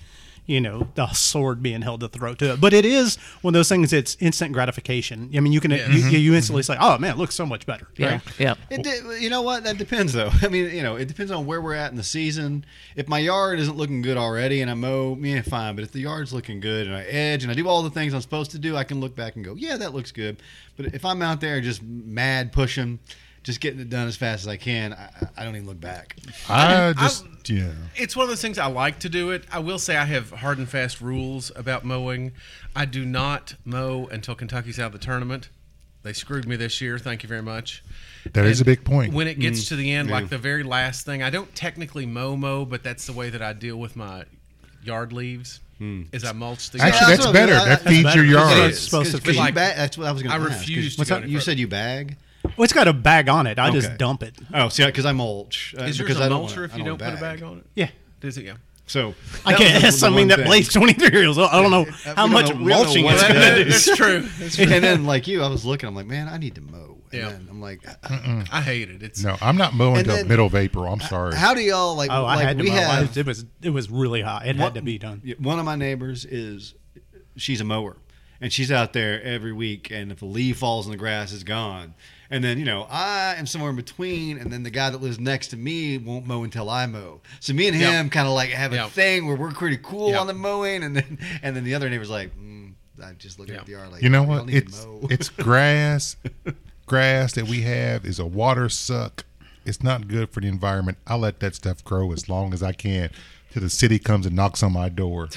you know, the sword being held to the throat to it. But it is one of those things. It's instant gratification. I mean, you can Mm-hmm. you, you instantly say, oh man, it looks so much better. Yeah. Right? Yeah. It did, you know what? That depends, though. I mean, you know, it depends on where we're at in the season. If my yard isn't looking good already and I mow, yeah, fine. But if the yard's looking good and I edge and I do all the things I'm supposed to do, I can look back and go, yeah, that looks good. But if I'm out there just mad pushing, just getting it done as fast as I can, I, I don't even look back. I just, yeah. it's one of those things I like to do it. I will say I have hard and fast rules about mowing. I do not mow until Kentucky's out of the tournament. They screwed me this year. Thank you very much. That That is is a big point. When it gets to the end, like the very last thing, I don't technically mow mow, but that's the way that I deal with my yard leaves. Is I mulch the Actually, yard. that's better. That feeds your yard. It's supposed to because feed- you bag. That's what I was going I to. refuse to What's go up? any You further. said you bag. Well, it's got a bag on it. I Okay. just dump it. Oh, see, because I mulch. Uh, Is yours because a I mulcher don't wanna- if I you don't, wanna put a bag on it? Yeah. Does it? Yeah. So I that was guess. the I mean, one that thing. blade's 23 years old. I don't know Uh, how we don't much know- we don't mulching know it's what Well, going to that that- do. that's true. That's true. and then like you, I was looking. I'm like, man, I need to mow. And Yeah. then I'm like, I hate it. It's No, I'm not mowing And till then- middle of April. I'm sorry. how do y'all like? Oh, I like had to we mow. I- have it was it was really hot. It had to be done. Yeah, One of my neighbors is, she's a mower, and she's out there every week. And if a leaf falls in the grass, it's gone. And then you know I am somewhere in between, and then the guy that lives next to me won't mow until I mow. So me and Yeah. him kind of like have a Yeah. thing where we're pretty cool Yeah. on the mowing, and then and then the other neighbor's like, mm, I'm just looking at the Yeah. yard like You know "Y'all what? need to It's mow." it's grass. grass that we have is a water suck. It's not good for the environment. I let that stuff grow as long as I can till the city comes and knocks on my door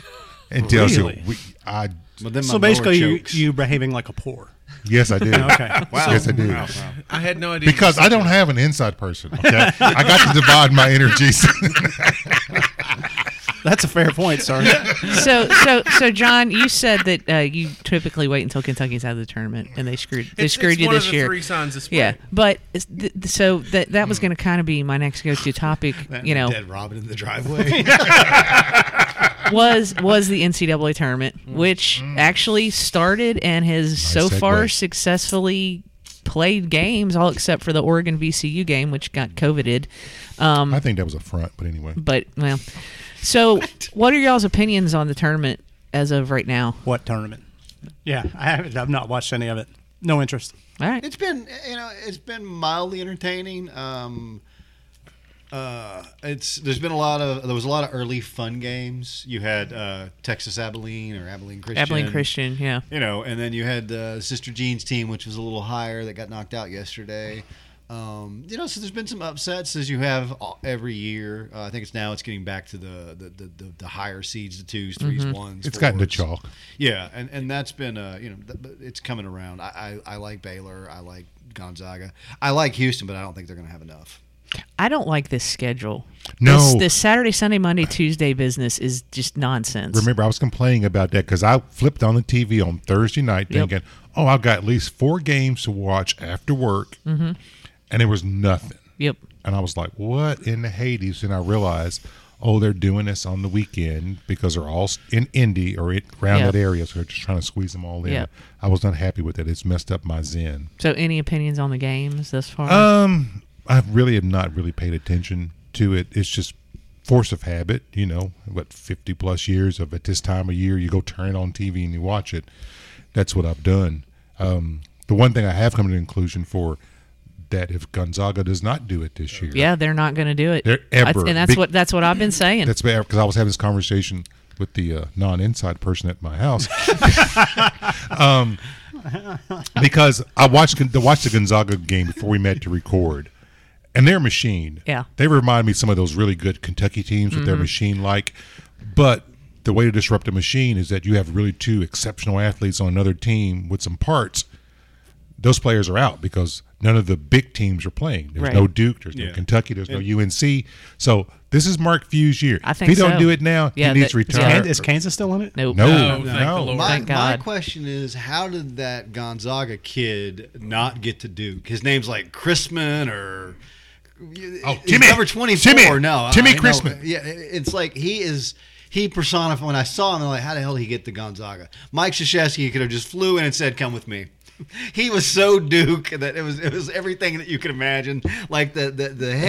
and tells Really? you we, I But then my So mower basically, you, chokes. you behaving like a poor. yes I do. Okay. Wow. Yes I do. Wow, wow. I had no idea. Because I don't have an inside person. Okay. I got to divide my energies. That's a fair point, sir. So so so John, you said that uh, you typically wait until Kentucky's out of the tournament, and they screwed they It's- screwed it's you one this of the year. Three Hmm. signs of spring. yeah, but it's th- th- so that that was going to kind of be my next go-to topic. you know, dead Robin in the driveway. was was the NCAA tournament, Hmm. which actually started and has so segue. far successfully played games, all except for the Oregon VCU game, which got coveted. Um, I think that was a front, but anyway. but well, so what? are y'all's opinions on the tournament as of right now? What tournament? Yeah, I haven't. I've not watched any of it. No interest. All right, It's been you know it's been mildly entertaining. Um, uh, it's there's been a lot of there was a lot of early fun games. You had uh, Texas Abilene or Abilene Christian. Abilene Christian, yeah. You know, and then you had uh, Sister Jean's team, which was a little higher that got knocked out yesterday. Um, you know, so there's been some upsets as you have all- every year. Uh, I think it's now it's getting back to the the, the, the, the higher seeds, the twos, 3s ones. Mm-hmm. It's gotten to fours. chalk. Yeah, and, and that's been uh you know th- but it's coming around. I, I I like Baylor. I like Gonzaga. I like Houston, but I don't think they're going to have enough. I don't like this schedule. No. this, this Saturday, Sunday, Monday, Tuesday business is just nonsense. Remember, I was complaining about that because I flipped on the TV on Thursday night Yep. thinking, oh, I've got at least four games to watch after work. Mm-hmm. And there was nothing. Yep. And I was like, what in the Hades? And I realized, oh, they're doing this on the weekend because they're all in Indy or it, around Yeah. that area. So they're just trying to squeeze them all in. Yeah. I was not happy with it. It's messed up my zen. So, any opinions on the Uh, games thus far? Um, I really have not really paid attention to it. It's just force of habit, you know, what, 50 plus years of at this time of year, you go turn it on TV and you watch it. That's what I've done. Um, the one thing I have come to the conclusion for that if Gonzaga does not do it this year, Yeah, they're not going to do it. They're That's- ever and that's big- what that's what I've been saying. that's bad because I was having this conversation with the uh, non-inside person at my house. um, because I watched Gon- the watched the Gonzaga game before we met to record, and their machine. Yeah. they remind me of some of those really good Kentucky teams with their machine like, but. The way to disrupt a machine is that you have really two exceptional athletes on another team with some parts. Those players are out because none of the big teams are playing. There's Right. no Duke, there's no Yeah. Kentucky, there's no UNC. So this is Mark Few's year. I think if he don't so. do it now, Yeah, he needs to that- retire. yeah. And is Kansas still in it? nope. no, no, No, thank the Lord. My, Thank my God. question is, how did that Gonzaga kid not get to Duke? His name's like Chrisman or Oh, He's Timmy. number twenty Timmy. four. No, Timmy know. Chrisman. Yeah, it's like he is. He personified. When I saw him, I'm like, how the hell did he get to Gonzaga? Mike Krzyzewski could have just flew in and said, "Come with me." He was so Duke that it was it was everything that you could imagine. Like the the, the Headband.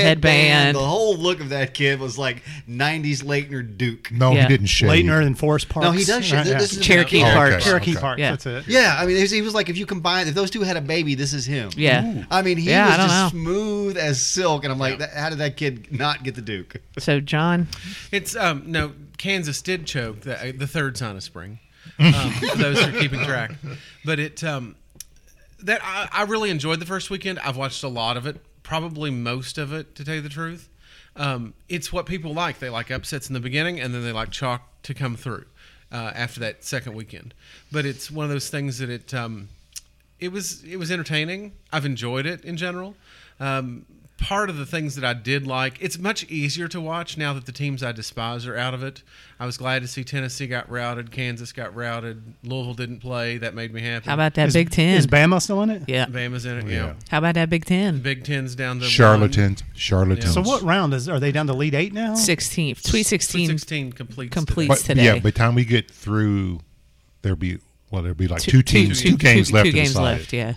headband, the whole look of that kid was like '90s Leitner Duke. No, Yeah. he didn't shave. Leitner and Forest Park. No, he does shit. This is- Cherokee Oh, okay. Park. Cherokee Okay. Park. Yeah. That's it. Yeah, I mean, he was, he was like, if you combine, if those two had a baby, this is him. Yeah. I mean, he Yeah, I was don't just know. smooth as silk, and I'm like, that, how did that kid not get the Duke? So John, It's um no Kansas did choke the, uh, the third sign of spring. Um, for those who are keeping track, but it um that I, I really enjoyed the first weekend. I've watched a lot of it, probably most of it, to tell you the truth. Um, it's what people like. They like upsets in the beginning, and then they like chalk to come through uh, after that second weekend. But it's one of those things that it um, it was it was entertaining. I've enjoyed it in general. Um, part of the things that I did like, it's much easier to watch now that the teams I despise are out of it. I was glad to see Tennessee got routed, Kansas got routed, Louisville didn't play. That made me happy. how about that Is- Big Ten? Is Bama still in it? yeah. Bama's in it? Yeah. How about that Big Ten? Big Ten's down to one. Charlatans. Charlatans. So what round is? Are they down to lead eight now? Sixteenth, Sweet Sweet Sixteen. 16 completes. Complete. today. But, It's today. Yeah, by the time we get through, there'll be well, there'll be like two, teams, two, games left. Two to games decide. left. Yeah.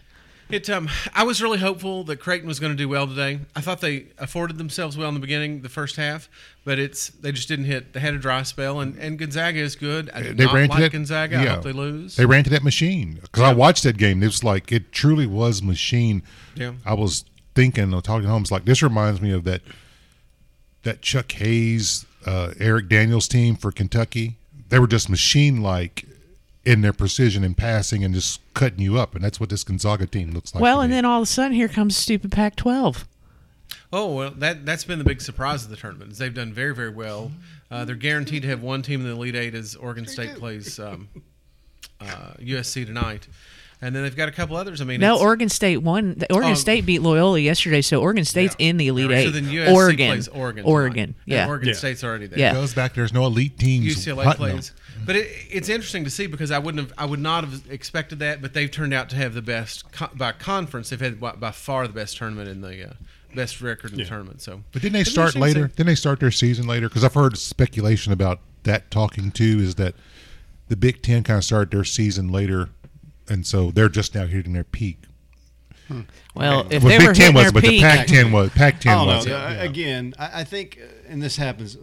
It. Um, I was really hopeful that Creighton was going to do well today. I thought they afforded themselves well in the beginning, the first half, but it's they just didn't hit. They had a dry spell, and, and Gonzaga is good. I did They not ran like to that, Gonzaga. I yeah. hope they lose. They ran to that machine because I watched that game. It was like it truly was machine. Yeah. I was thinking or talking to Holmes like this reminds me of that that Chuck Hayes, uh, Eric Daniels team for Kentucky. They were just machine like in their precision and passing and just cutting you up, and that's what this Gonzaga team looks like. Well, to and me. then all of a sudden, here comes stupid Pac-12. Oh well, that that's been the big surprise of the tournament. Is they've done very very well. Uh, they're guaranteed to have one team in the Elite Eight as Oregon State plays um, uh, USC tonight, and then they've got a couple others. I mean, No, it's- Oregon State won. the- Oregon Oh. State beat Loyola yesterday, so Oregon State's in the Elite so Eight. then USC Oregon, plays Oregon. tonight. Oregon. Yeah, Yeah. Oregon Yeah. State's already there. Yeah. goes back. There's no elite teams. UCLA hunting them. plays. But it, it's interesting to see because I wouldn't have, I would not have expected that. But they've turned out to have the best co- by conference. They've had by, by far the best tournament in the uh, best record in the tournament. So, But didn't they It'll be start interesting to later? see. Didn't they start their season later? Because I've heard speculation about that talking too is that the Big Ten kind of started their season later, and so they're just now hitting their peak. Well, if Well, they were Big Ten hitting was, their but the peak, Pac Ten was. Pac I Ten Oh, don't was. know. yeah. Oh, I- Again, I, I think, uh, and this happens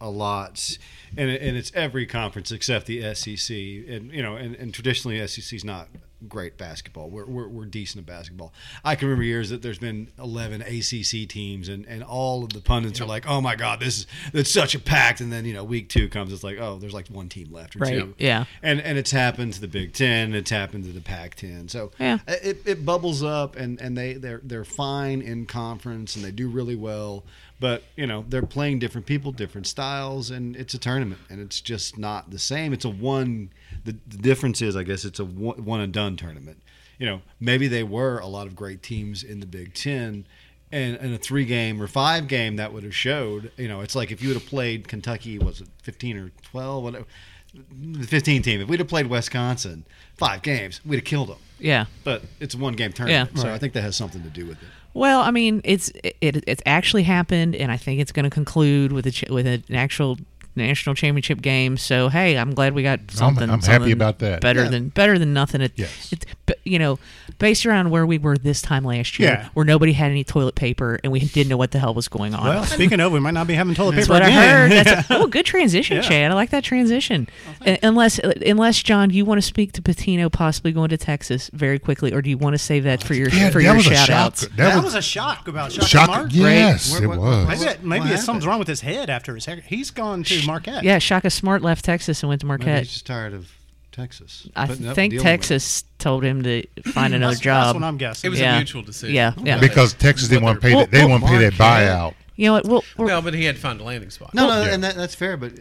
a lot, and, it- and it's every conference except the SEC, and you know, and, and traditionally SEC's not great basketball. We're, we're, we're decent at basketball. I can remember years that there's been 11 ACC teams, and, and all of the pundits are like, "Oh my God, this is it's such a pact." And then you know, week two comes, it's like, "Oh, there's like one team left or Right, two. yeah. and and it's happened to the Big Ten, it's happened to the Pac-10. So Yeah. it, it bubbles up, and and they they're they're fine in conference, and they do really well. But you know they're playing different people, different styles, and it's a tournament, and it's just not the same. It's a one. The, the difference is, I guess, it's a one, one and done tournament. You know, maybe they were a lot of great teams in the Big Ten. And in a three game or five game, that would have showed. You know, it's like if you would have played Kentucky, was it 15 or 12, whatever, the 15 team. If we'd have played Wisconsin five games, we'd have killed them. yeah. But it's a one game tournament, Yeah. so I think that has something to do with it. Well, I mean, it's it, it's actually happened, and I think it's going to conclude with a ch- with an actual national championship game. So hey, I'm glad we got something. I'm happy something about that. Better Yeah. than better than nothing. It, Yes. it- but, you know, based around where we were this time last year, Yeah. where nobody had any toilet paper and we didn't know what the hell was going on. Well, speaking of, we might not be having toilet That's paper what I heard. again. That's a, oh, good transition, Yeah. Chad. I like that transition. Uh, unless, uh, unless John, you want to speak to Patino possibly going to Texas very quickly, or do you want to save that for your Yeah, for that your was a shout shock. outs? that, That was, was a shock about shock, shock. Mark. Yes, Right. it What- was. what- Maybe, that, What maybe it's happened? something's wrong with his head after his hair. He's gone to Marquette. Yeah, Shaka Smart left Texas and went to Maybe Marquette. he's just tired of Texas. I Putting up and think dealing with it. Texas told him to find another that's, job. That's what I'm It guessing. was Yeah. a mutual decision. yeah, yeah. because Texas didn't want to pay. Well, that they well, want to pay that Mark buyout. You know what? We'll we're, No, but he had to find a landing spot. No, no, Yeah. and that, that's fair. But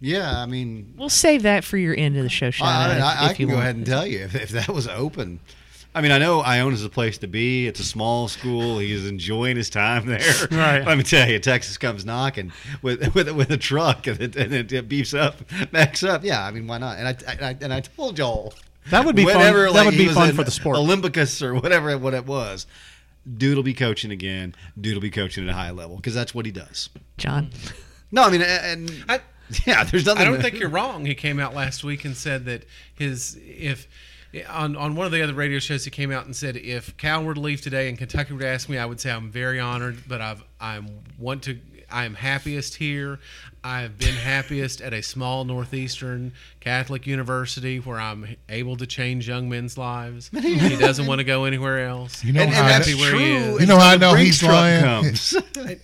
yeah, I mean, we'll save that for your end of the show shout I, out. I, I if, you can go want. ahead and tell you if, if that was open. I mean, I know Iona's a place to be. It's a small school. He's enjoying his time there. Right. Let me tell you, Texas comes knocking with with with a truck and it, and it, beefs up, backs up. Yeah, I mean, why not? And I, I, I- and I told y'all That would be fun. whenever, That like, would he be was fun in for the sport. Olympicus or whatever what it was. Dude will be coaching again. Dude will be coaching at a high level because that's what he does. John. No, I mean, and, I, yeah, there's nothing. I don't think you're wrong. He came out last week and said that his if on on one of the other radio shows he came out and said if Cal were to leave today and Kentucky were to ask me, I would say I'm very honored, but I've I'm want to I am happiest here. I've been happiest at a small northeastern Catholic university where I'm able to change young men's lives. He doesn't want to go anywhere else. You know And, and how that's that- where he true. is. until You know how I the know Brinks he's truck lying? comes.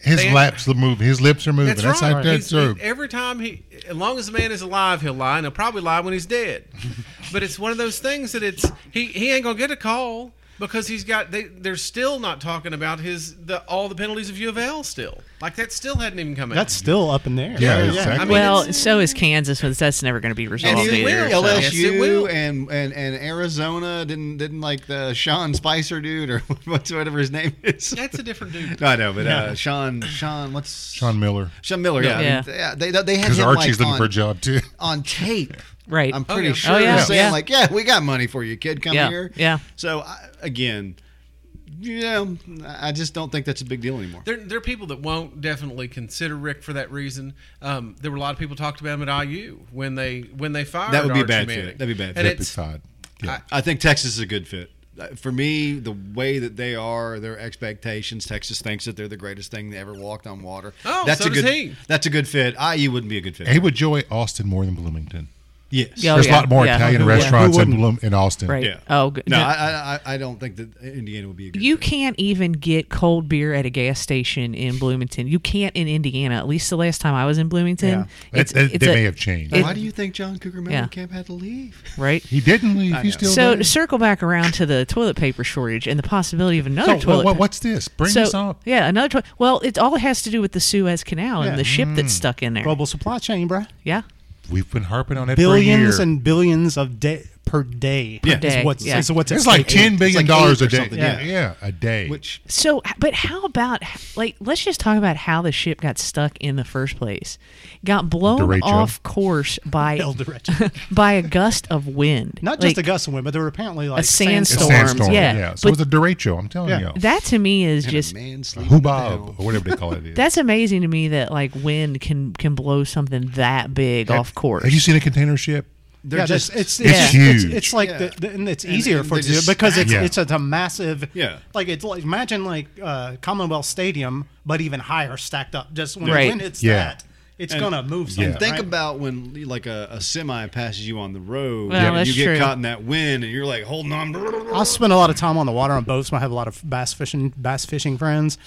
His They- lips are moving. His lips are moving. That's, That's, right. like that He's- too. Every time he, as long as the man is alive, he'll lie, and he'll probably lie when he's dead. but it's one of those things that it's he he ain't gonna get a call because he's got they they're still not talking about his the all the penalties of U of L still like that still hadn't even uh, come out. That's still up in there. Yeah, exactly. I mean, well, it's- so is Kansas, but that's never going to be resolved it will. either. so- Well, yes, it will. LSU and, and and Arizona didn't didn't like the Sean Spicer dude or what's whatever his name is. that's a different dude. No, I know, but uh, Sean Sean what's Sean Miller, Sean Miller? Yeah, Yeah. I mean, yeah. They they had because him Archie's like looking on, for a job too. on tape. right. I'm pretty yeah. sure Oh, yeah. they're saying Yeah. like, yeah, we got money for you, kid. Come Yeah. here. Yeah. So I, again, yeah, I just don't think that's a big deal anymore. There, there are people that won't definitely consider Rick for that reason. Um, there were a lot of people talked about him at IU when they when they fired. That would be Archie bad Manning. fit. That'd be bad fit. And Big it's, side. Yeah. I think Texas is a good fit. Uh, For me, the way that they are, their expectations, Texas thinks that they're the greatest thing that ever walked on water. Oh, that's so a does good. he. That's a good fit. IU wouldn't be a good fit. he would enjoy Austin more than Bloomington. yes. Oh, Yeah, There's a lot more yeah. Italian Who- restaurants who in Bloom wouldn't? in Austin. Right. Yeah. Oh, good. No, I, I, I don't think that Indiana would be a good. You fit. can't even get cold beer at a gas station in Bloomington. You can't in Indiana. At least the last time I was in Bloomington, Yeah. it's, That- that- it's they a- may have changed. it- Why do you think John Cougar Yeah. Mellencamp Camp had to leave? right. He didn't leave. He's still So there. to circle back around to the toilet paper shortage and the possibility of another So, toilet. what, what- pa- what's this? Bring so, this up. Yeah, another toilet. Well, it all has to do with the Suez Canal and Yeah. the ship that's Mm. stuck in there. Global supply chain, bruh. Yeah. We've been harping on it Billions for a year. and billions of day per day. Yeah. day, Is what's, yeah. is what's at it's like stake. ten billion like dollars eight a or day. something, Yeah. yeah. yeah, a day. Which So, but how about like let's just talk about how the ship got stuck in the first place? Got blown derecho. off course by El Derecho. by a gust of wind. Not just Like, a gust of wind, but there were apparently like a It's sandstorm. sandstorms. storms, sandstorm. yeah. Yeah. So But- it's a derecho. I'm telling Yeah. you. That to me is and a just man sleeping in the Hubab hell. or whatever they call it. Is. That's amazing to me that like wind can can blow something that big off course. Have you seen a container ship? They're yeah, just that's- it's, Yeah. it's, it's, huge. it's like Yeah. the, the, and it's And- easier and for they it to do it just because it's stack it's a, a massive Yeah. like it's like imagine like uh, Commonwealth Stadium but even higher stacked up just when Right. the wind hits Yeah. that it's gonna move something. Yeah. Think right? about when like a, a semi passes you on the road Well, and that's you get true. caught in that wind and you're like holding on. I spend a lot of time on the water on boats. I have a lot of bass fishing bass fishing friends.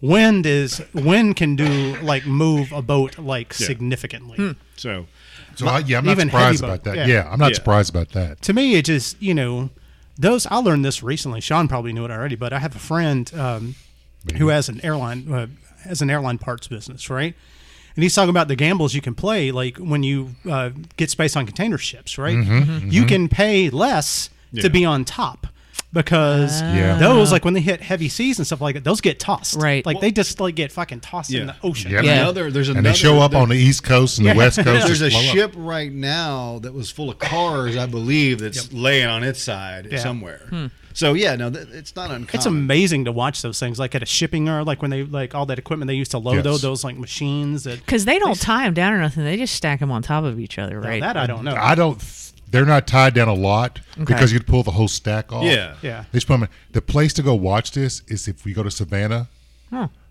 Wind is wind can do like move a boat like significantly. So So I, yeah, I'm not even surprised heavy about boat. that. Yeah. Yeah, I'm not Yeah. surprised about that. to me, it just you know, those I learned this recently. Sean probably knew it already, but I have a friend um, who has an airline uh, has an airline parts business, right? And he's talking about the gambles you can play, like when you uh, get space on container ships, right? you can pay less Yeah. to be on top because Yeah. those like when they hit heavy seas and stuff like that, those get tossed. Right. like they just like get fucking tossed Yeah. in the ocean. Yep. Yeah. Another, there's another, and they show up on the East Coast and the West Coast. There's a just blow up. ship right now that was full of cars, I believe, that's laying on its side Yeah. somewhere. So yeah, no, th- it's not uncommon. It's amazing to watch those things, like at a shipping yard, like when they like all that equipment they used to load Yes. those, those like machines that. Because they don't tie them down or nothing. They just stack them on top of each other, Now, right? That I don't know. I don't. They're not tied down a lot because you'd pull the whole stack off. Yeah. Yeah. They just put 'em in. The place to go watch this is if we go to Savannah,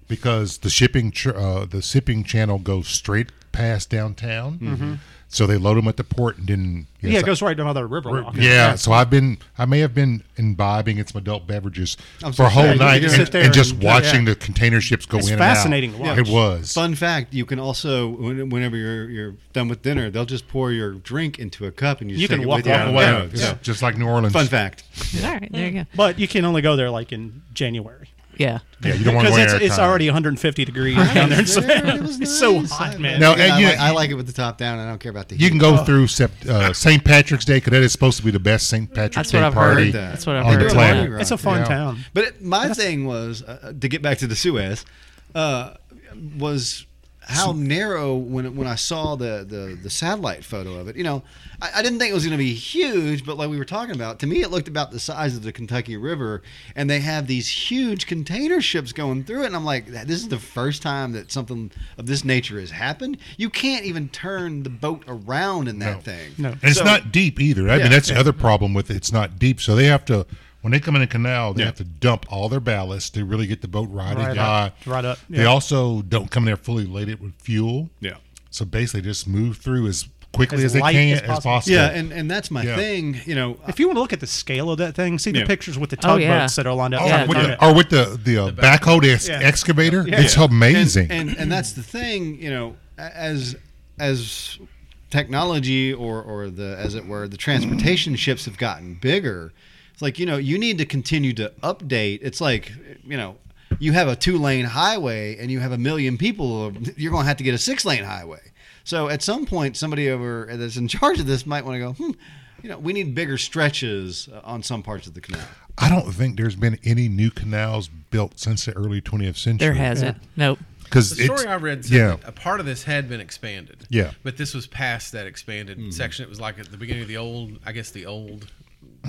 because the shipping tr- uh, the shipping channel goes straight past downtown. So they load them at the port and then yes, Mm-hmm. yeah, I- it goes right down the river. walk. yeah, so I've been, I may have been imbibing in some adult beverages for a so whole sorry. night You and, just sit there and just and- watching yeah. the container ships go It's in. fascinating to and out. watch. It was. Fun fact: You can also, when- whenever you're you're done with dinner, they'll just pour your drink into a cup and you, just You take can it walk with you Walk down the away. road. It's Yeah. Just like New Orleans. Fun fact. All right, there you go. But you can only go there like in January. Yeah. Yeah, you don't want to go in it's, there at it's time. already 150 degrees down there. in Savannah. It was It's so nice. hot, I- man. No, again, and I, you- like, I like it with the top down. I don't care about the heat. You can go through Sept- uh, St. Patrick's Day because that is supposed to be the best St. Patrick's That's Day what I've heard. party that. That's what I've on heard. the Plan. planet. It's a fun Yeah. town. But it, my thing was uh, to get back to the Suez uh, was how narrow when when I saw the, the the satellite photo of it. You know, I, I didn't think it was going to be huge, but like we were talking about, to me it looked about the size of the Kentucky River, and they have these huge container ships going through it, and I'm like, this is the first time that something of this nature has happened. You can't even turn the boat around in that No. thing. No. And it's So- not deep either. I Yeah. mean, that's the other problem with it. It's not deep. So they have to, when they come in a canal, they Yeah. have to dump all their ballast to really get the boat riding Right high. up. Right up, They yeah. also don't come there fully loaded with fuel. Yeah. So basically, just move through as quickly As as, they light can as as possible. possible. Yeah, and, and that's my Yeah. thing. You know, If you want to look at the scale of that thing, see the Yeah. pictures with the Oh, tugboats yeah. that are lined up. Oh, Yeah, with on the, it. or with the the, uh, backhoe, the ex- Yeah. excavator, Yeah. it's Yeah. amazing. And, and and that's the thing, you know, a- as as technology or or the as it were, the transportation ships have gotten bigger. It's like you know you need to continue to update. It's like you know you have a two lane highway and you have a million people. You're going to have to get a six lane highway. So at some point, somebody over that's in charge of this might want to go. Hmm, you know, we need bigger stretches uh, on some parts of the canal. I don't think there's been any new canals built since the early 20th century. There hasn't. Nope. Because The story I read said yeah, that uh, a part of this had been expanded. Yeah. Mm-hmm. But this was past that expanded section. It was like at the beginning of the old, I guess the old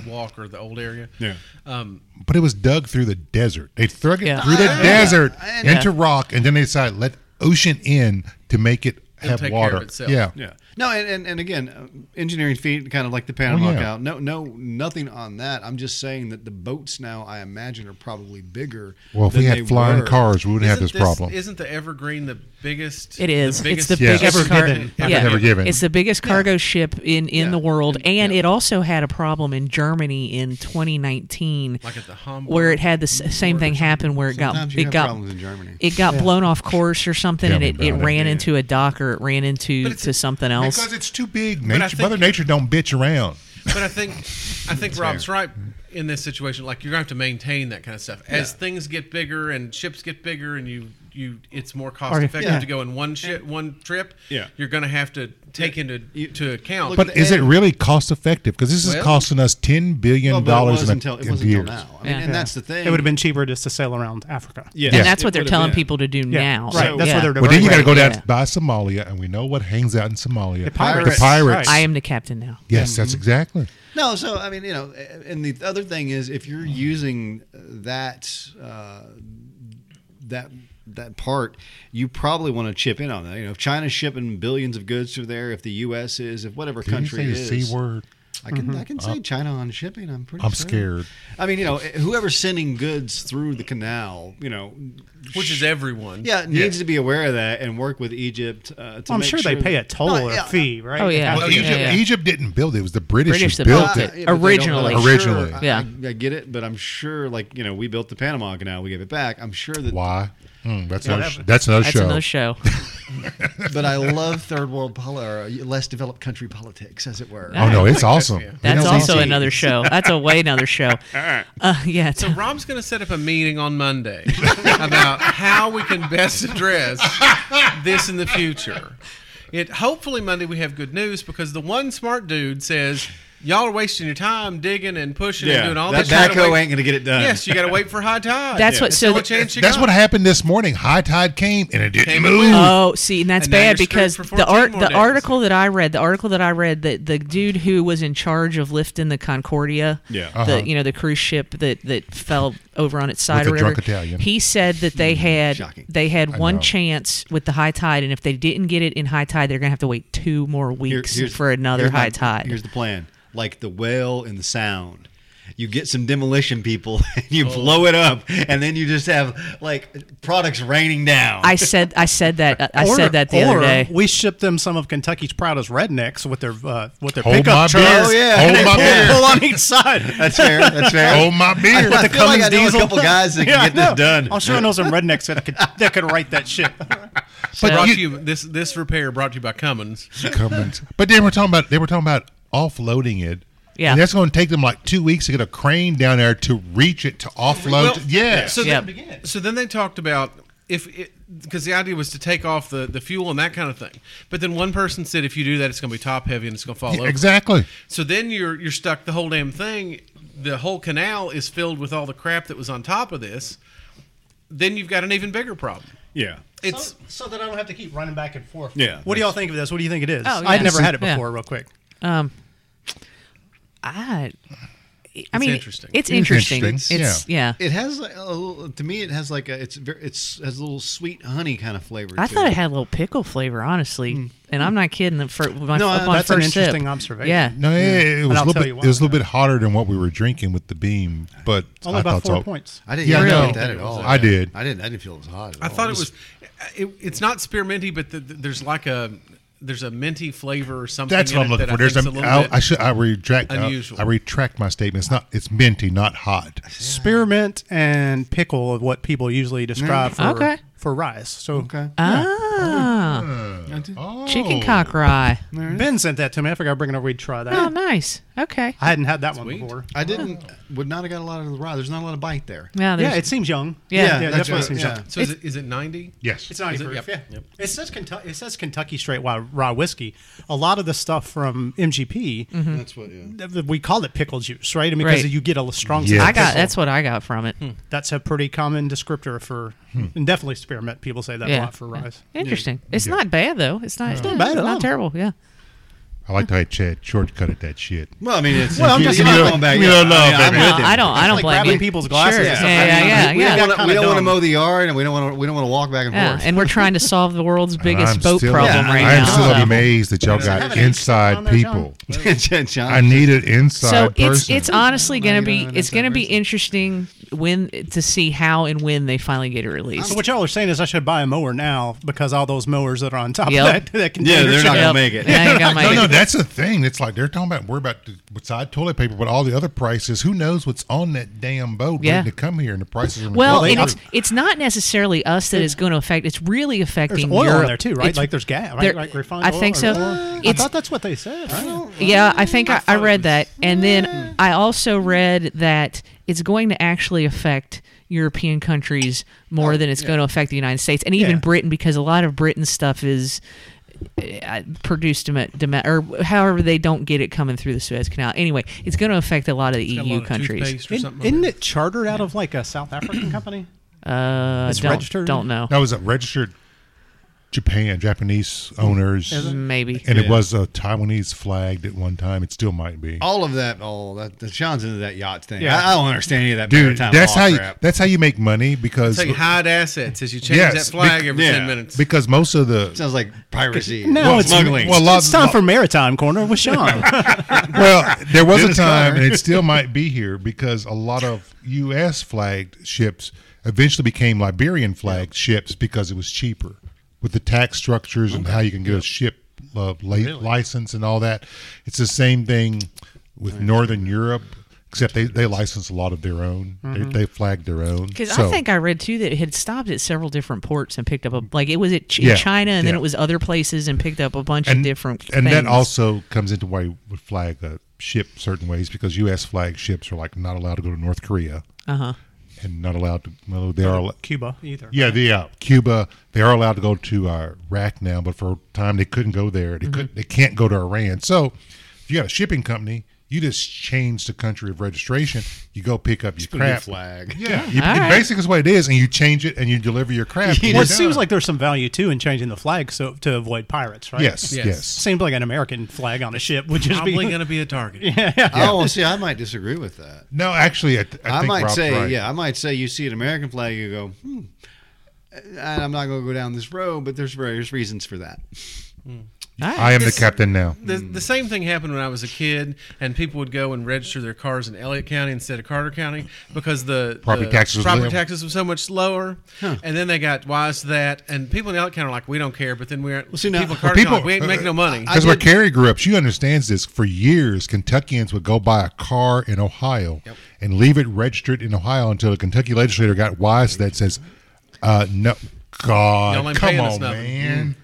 walk or the old area. Yeah. Um, but it was dug through the desert. They dug it Yeah. through the Yeah. desert And- into rock, and then they decided let ocean in to make it It'll have take care of water. itself. Yeah, Yeah. No, and, and, and again, uh, engineering feat, kind of like the Oh, Panama yeah. Canal. No, no, nothing on that. I'm just saying that the boats now, I imagine, are probably bigger. Well, if than we they had flying were. cars, we wouldn't have this, problem. Isn't the Evergreen the biggest? It is. The it's biggest the Yeah. biggest Ever cargo. given. yeah. Ever given. It's the biggest cargo ship in, in Yeah. the world, and Yeah. it also had a problem in Germany in 2019, Like at the Hamburg where it had the s- same thing happen, where it got Sometimes you it have got problems in Germany. it got blown off course or something, Tell and me it, it about it. ran into a dock or it ran into But it's to a- something else. because it's too big. I Nature, think- Mother Nature don't bitch around. But I think I think Rob's right in this situation. Like you're gonna have to maintain that kind of stuff as things get bigger and ships get bigger, and you you it's more cost Or- effective yeah. to go in one ship one trip. Yeah. you're gonna have to take into to account. Look But at is it and- really cost effective? Because this is Well- costing us ten Well, billion but it dollars was in a until, it in was until years. now. I mean, Yeah. And that's the thing. It would have been cheaper just to sail around Africa. Yes, and that's it what they're would've telling been. people to do Yeah. now. Right. That's where they're Well, then you got to go down Yeah. by Somalia, and we know what hangs out in Somalia. The pirates. The pirates. I am the captain now. Yes, that's Mm-hmm. exactly. No, so I mean, you know, and the other thing is, if you're using that uh, that that part, you probably want to chip in on that. You know, if China's shipping billions of goods through there, if the U.S. is, if whatever Did you country say the is, c word? I can I can say China on shipping. I'm pretty. Uh, I'm sure. scared. I mean, you know, whoever's sending goods through the canal, you know, which is everyone. yeah, needs to be aware of that and work with Egypt. Uh, to Well, I'm make sure they pay a toll No, or yeah, a fee, right? Oh, They yeah. have Well, to- Egypt, yeah. Egypt didn't build it. It was the British, British who that built built it. it. yeah, but they don't know Originally. that. Originally. Sure, I- Yeah. I, I get it, but I'm sure, like you know, we built the Panama Canal, we gave it back. I'm sure that. Why? Mm, that's, another, that- that's another That's show. another show. But I love third world poli- or less developed country politics, as it were. Oh no, it's awesome. yeah. We That's don't also need- another show. That's a way another show. Uh, yeah. So Rob's going to set up a meeting on Monday about how we can best address this in the future. It hopefully Monday we have good news because the one smart dude says y'all are wasting your time digging and pushing and Yeah, doing all that this. You gotta backhoe wait- ain't going to get it done. Yes, you got to wait for high tide. That's what- It's so the only that- chance you That's got. what happened this morning. High tide came and it didn't Came move. and went. Oh, see, and that's And now you're bad screwed because for the 14 art, more the days. article that I read, the article that I read, that the dude who was in charge of lifting the Concordia, Yeah. Uh-huh. the you know the cruise ship that that fell over on its side With or a drunk whatever, Italian. he said that they had shocking. they had one know. chance with the high tide, and if they didn't get it in high tide, they're gonna have to wait two more Here- weeks here's- for another here's my- high tide. Here's the plan: like the whale and the sound. You get some demolition people and you Oh. blow it up, and then you just have like products raining down. I said I said that I or, said that the or other day. We shipped them some of Kentucky's proudest rednecks with their uh, with their Hold my pickup beer. trucks. Oh, yeah. Hold They my pull, beer. pull on each side. that's fair. That's fair. Oh Hold my beer. I feel like I know a Diesel. couple guys that Yeah, I can get this know. done. I'll sure know some rednecks that could that could write that shit. brought But to you- you this this repair brought to you by Cummins. Cummins. But they were talking about they were talking about offloading it. Yeah. And that's going to take them like two weeks to get a crane down there to reach it to offload. yes. So, Yeah. then, so then they talked about if because the idea was to take off the, the fuel and that kind of thing. But then one person said if you do that, it's going to be top heavy and it's going to fall Yeah, over. exactly. So then you're you're stuck. The whole damn thing, the whole canal is filled with all the crap that was on top of this. Then you've got an even bigger problem. Yeah. It's so, that I don't have to keep running back and forth. Yeah. What do y'all think of this? What do you think it is? Oh, yeah. I'd never had it Yeah. before. Real quick. Um, I, I mean, interesting. It's interesting. interesting. It's yeah. It has like, a little, to me, it has like a it's very, it's has a little sweet honey kind of flavor. I to thought it it had a little pickle flavor, honestly, and I'm not kidding. The fir- my, No, up uh, on that's an first sip. interesting observation. Yeah, No, yeah, it was a I'll little tell bit. you It what, was a little bit hotter than what we were drinking with the beam, but Only I about thought four so. points. I didn't Yeah, feel no. like that at all. I did. I didn't. I didn't feel it was hot. At I all. thought Oh, it Just- was. It, it's not spearminty, but the, the, there's like a there's a minty flavor or something. That's in what I'm it looking that for. I There's think's a, a little I, bit- I should I retract I- unusual. I, retract my statement. It's not. It's minty, not hot. Spearmint and pickle of what people usually describe for Okay. for rice. So okay. Oh. ah, Oh. chicken cock rye. Ben sent that to me. I forgot to bring it over. We'd try that. Oh, nice. Okay. I hadn't had that one Sweet. before. I didn't. Would not have got a lot of the rye. There's not a lot of bite there. Now Yeah, Oh, there's it seems young. Yeah. Yeah, yeah, it that's definitely right. seems Yeah. young. so is it, is it ninety? Yes. It's not Is it? proof. Yep. Yeah. Yep. It says Kentucky. It says Kentucky straight raw, raw whiskey. A lot of the stuff from Mm-hmm. MGP, That's what. Yeah. th- th- we call it pickle juice, right? I mean, because Right. you get a strong. Yeah. sense I of got. pickle. That's what I got from it. That's a pretty common descriptor for, Hmm. and definitely spearmint. People say that a Yeah. lot for rice. Interesting. It's not bad though. It's not. It's not bad at all. Not terrible. Yeah. I like the way Chad shortcutted that shit. Well, I mean, it's. Well, I'm it's- just- you're give me not the- going back. give me yet. the love, I mean, I'm baby. with No, it. I don't. I It's don't like blame grabbing you. people's glasses Sure. or Yeah. something. Yeah. Yeah. We don't Yeah. got- wanna- kinda we don't want dumb. to mow the yard, and we don't want to. We don't want to walk back and Yeah, forth. and we're trying to solve the world's And biggest I'm boat still- problem Yeah, right I am now. still so. amazed that y'all Have got an inside on there, John? people. John, I need an inside so it's person. it's honestly going to you be don't have an it's going to inside be person. interesting when to see how and when they finally get it released. So what y'all are saying is I should buy a mower now because all those mowers that are on top Yep. of that, that container Yeah, they're not should- gonna Yep. make it. Yeah, you gotta make no, no, it. that's the thing. It's like they're talking about worry about the- beside toilet paper, but all the other prices. Who knows what's on that damn boat Yeah. waiting to come here? And the prices are gonna Well, go and through. it's it's not necessarily us that is going to affect. It's really There's affecting oil Europe. in there too, right? It's- like there's gas, right? there- like refined I oil think or so. oil. I It's- thought that's what they said. Right? yeah, I think I, I it was- read that, and Mm. then I also read that it's going to actually affect European countries more than it's going to affect the United States and even Oh, Yeah. Britain because a lot of Britain's stuff is. uh, Produced dom- dom- or however they don't get it coming through the Suez Canal. Anyway, it's going to affect a lot of the Got a EU lot of E countries. toothpaste or Isn't, something isn't on there. it chartered out of like a South African company? Uh, It's don't, registered? don't know. that was a registered Japan Japanese owners, and Maybe. it was a Taiwanese flagged at one time. It still might be. all of that. All that. that- Sean's into that yacht thing. Yeah. I, I don't understand any of that. Dude, maritime that's law how you, crap. that's how you make money because It's like hide assets as you change Yes, that flag bec- every yeah, ten minutes. because most of the sounds like piracy. No, Well, it's smuggling. well, a lot it's of- time for Maritime Corner with Sean. well, there was a Dennis time, Conner. and it still might be here because a lot of U.S. flagged ships eventually became Liberian flagged ships because it was cheaper with the tax structures and how you can get a ship uh, la- license and all that. It's the same thing with Northern Europe, except they, they license a lot of their own. Mm-hmm. They, they flag their own. Because So- I think I read too that it had stopped at several different ports and picked up a like it was at Ch- Yeah, China and then yeah. it was other places and picked up a bunch of different and things. that also comes into why you would flag a ship certain ways because U.S. flag ships are like not allowed to go to North Korea uh-huh. and not allowed to. Well, they are. Cuba either. Yeah, the uh, Cuba. They are allowed to go to uh, Iraq Mm-hmm. now, but for a time they couldn't go there. They could. They can't go to Iran. So, if you got a shipping company, You just change the country of registration. You go pick up your Put a new crap. flag. Yeah, you, All right. basically is what it is, and you change it and you deliver your crap. Yeah. and Well, you're it seems done. like there's some value too in changing the flag so to avoid pirates, right? yes, yes. Yes. Seems like an American flag on a ship would just Probably be going to be a target. Oh, well, see, I might disagree with that. No, actually, I, th- I I, think might Rob's say, right. yeah, I might say you see an American flag, you go, hmm. And I'm not going to go down this road, but there's various reasons for that. All right. I am the This- captain now. The, the same thing happened when I was a kid, and people would go and register their cars in Elliott County instead of Carter County because the Property the taxes was property low. taxes were so much lower. And then they got wise to that, and people in Elliott County are like, "We don't care," but then we're see, now- people Well, in Carter people- County, we ain't making no money. Because where did- Carrie grew up, she understands this. For years, Kentuckians would go buy a car in Ohio and leave it registered in Ohio until the Kentucky legislator got wise to that says, uh, "No, Y'all God, ain't come paying us on, nothing." man."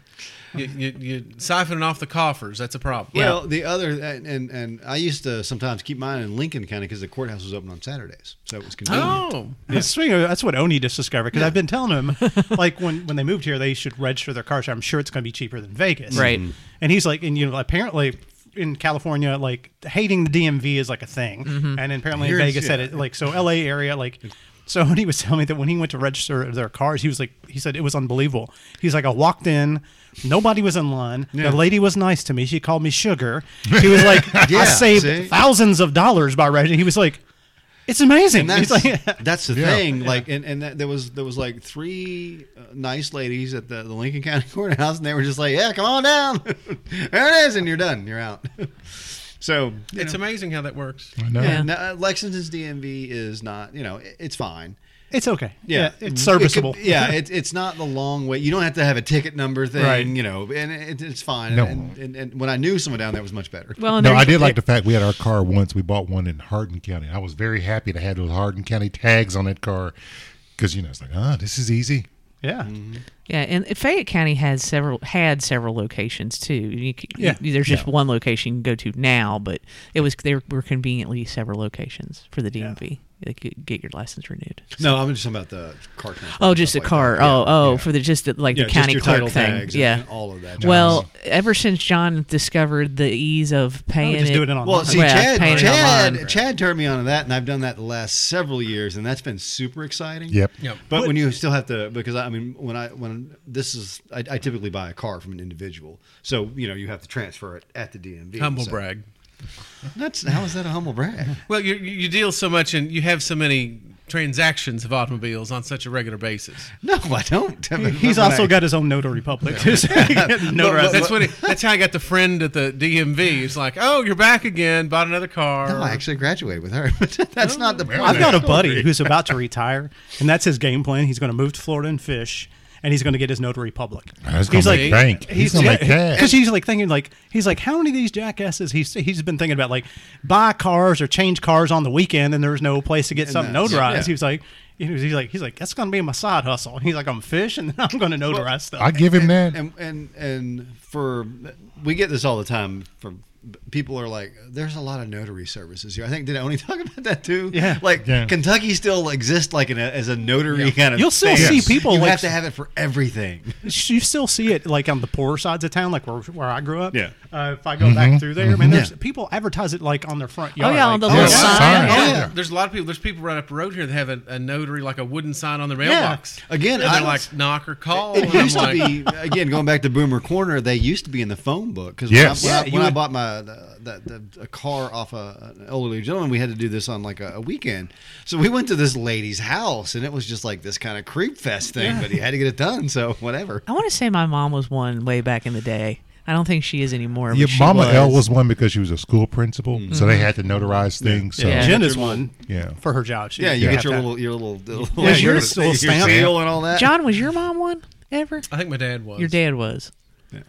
you, you, you siphoning off the coffers. That's a problem. Well, the other and, and and I used to sometimes keep mine in Lincoln County because the courthouse was open on Saturdays, so it was convenient. Oh, Speaking of, that's what Oni just discovered because I've been telling him, like when, when they moved here, they should register their cars. I'm sure it's going to be cheaper than Vegas, Right. Mhm. And he's like, and you know, apparently in California, like hating the DMV is like a thing, and then apparently in Mm-hmm. Here's- Vegas, that it like so LA area, like. So Oni was telling me that when he went to register their cars, he was like, he said it was unbelievable. He's like, I walked in, nobody was in line. The lady was nice to me. She called me sugar. He was like, I Yeah, saved see? thousands of dollars by registering. He was like, it's amazing. And that's He's like, that's the Yeah. thing. Like, and, and that, there was there was like three uh, nice ladies at the, the Lincoln County courthouse, and they were just like, "Yeah, come on down, there it is, and you're done, you're out." so you it's know, amazing how that works. I know. Yeah. no, uh, Lexington's DMV is not, you know, it, it's fine. It's okay. Yeah, Yeah, it's serviceable. It could- yeah, it, it's not the long way. You don't have to have a ticket number thing, Right. you know, and it, it's fine. No. And, and, and when I knew someone down there, it was much better. well, and No, Oh, there's- I did like the fact we had our car once. We bought one in Hardin County. I was very happy to have those Hardin County tags on that car because you know it's like, ah, this is easy. yeah. Mm-hmm. Yeah, and Fayette County has several had several locations too. You, c- Yeah. you- there's just one location you can go to now, but it was there were conveniently several locations for the DMV. They could get your license renewed. No, I'm just talking about the car. transport Oh, and just a stuff like car. that. oh, Yeah, oh, yeah. for the just the, like Yeah, the just county your clerk title thing. tags and- yeah, and all of that. Well, ever since John discovered the ease of paying just do it in online. Well, see, Well, Chad, paying it Chad, online. Chad turned me on to that, and I've done that the last several years, and that's been super exciting. Yep. Yep. But when you still have to, because I, I mean, when I when this is, I, I typically buy a car from an individual, so you know you have to transfer it at the DMV. Humble So- brag. That's how is that a humble brag? Well, you you deal so much, and you have so many transactions of automobiles on such a regular basis. No, I don't. I mean, He's when also I- got his own notary public. Just notarize That's it. what. It, that's how I got the friend at the DMV. He's like, "Oh, you're back again. Bought another car." No, I actually graduated with her, but that's not the point. I've got a buddy who's about to retire, and that's his game plan. He's going to move to Florida and fish, and he's going to get his notary public. He's gonna make bank. He's gonna make cash. because he's like thinking like he's like how many of these jackasses he's he's been thinking about like buy cars or change cars on the weekend, and there's no place to get something that's- notarized. yeah. He was like. he was- He's like, he's like, that's gonna be my side hustle. He's like, I'm fish, and then I'm gonna notarize stuff. I give him that. and and and for we get this all the time from people are like there's a lot of notary services here i think did i only talk about that too Yeah. like Yeah. kentucky still exists like in a, as a notary kind of You'll still thing. see Yes. people you like- have to have it for everything you still see it like on the poorer sides of town, like where, where I grew up. Yeah. Uh, if I go back through there, man, there's Yeah. people advertise it like on their front yard. Oh, yeah, like, on the little yeah. sign. Sign. Yeah. Oh, Yeah, yeah. There's a lot of people. There's people right up the road here that have a, a notary, like a wooden sign on their mailbox. Again, and I- they're like knock or Oh, call. It and I'm used like, to be again going back to Boomer Corner. They used to be in the phone book because Yes. when, I, Yeah, when, I, you when I would- bought my the, the, the, a car off a, an elderly gentleman, we had to do this on like a, a weekend. So we went to this lady's house, and it was just like this kind of creep fest thing. But he had to get it done, so whatever. I want to say my mom was one way back in the day. I don't think she is anymore. but Your she Mama L was one because she was a school principal, so they had to notarize things. So. Yeah. Jen is one Yeah. for her job. She, Yeah, you have get your that. little your little, little Yeah, your your, little your stamp. seal and all that. John, was your mom one ever? I think my dad was. Your dad was. Yeah.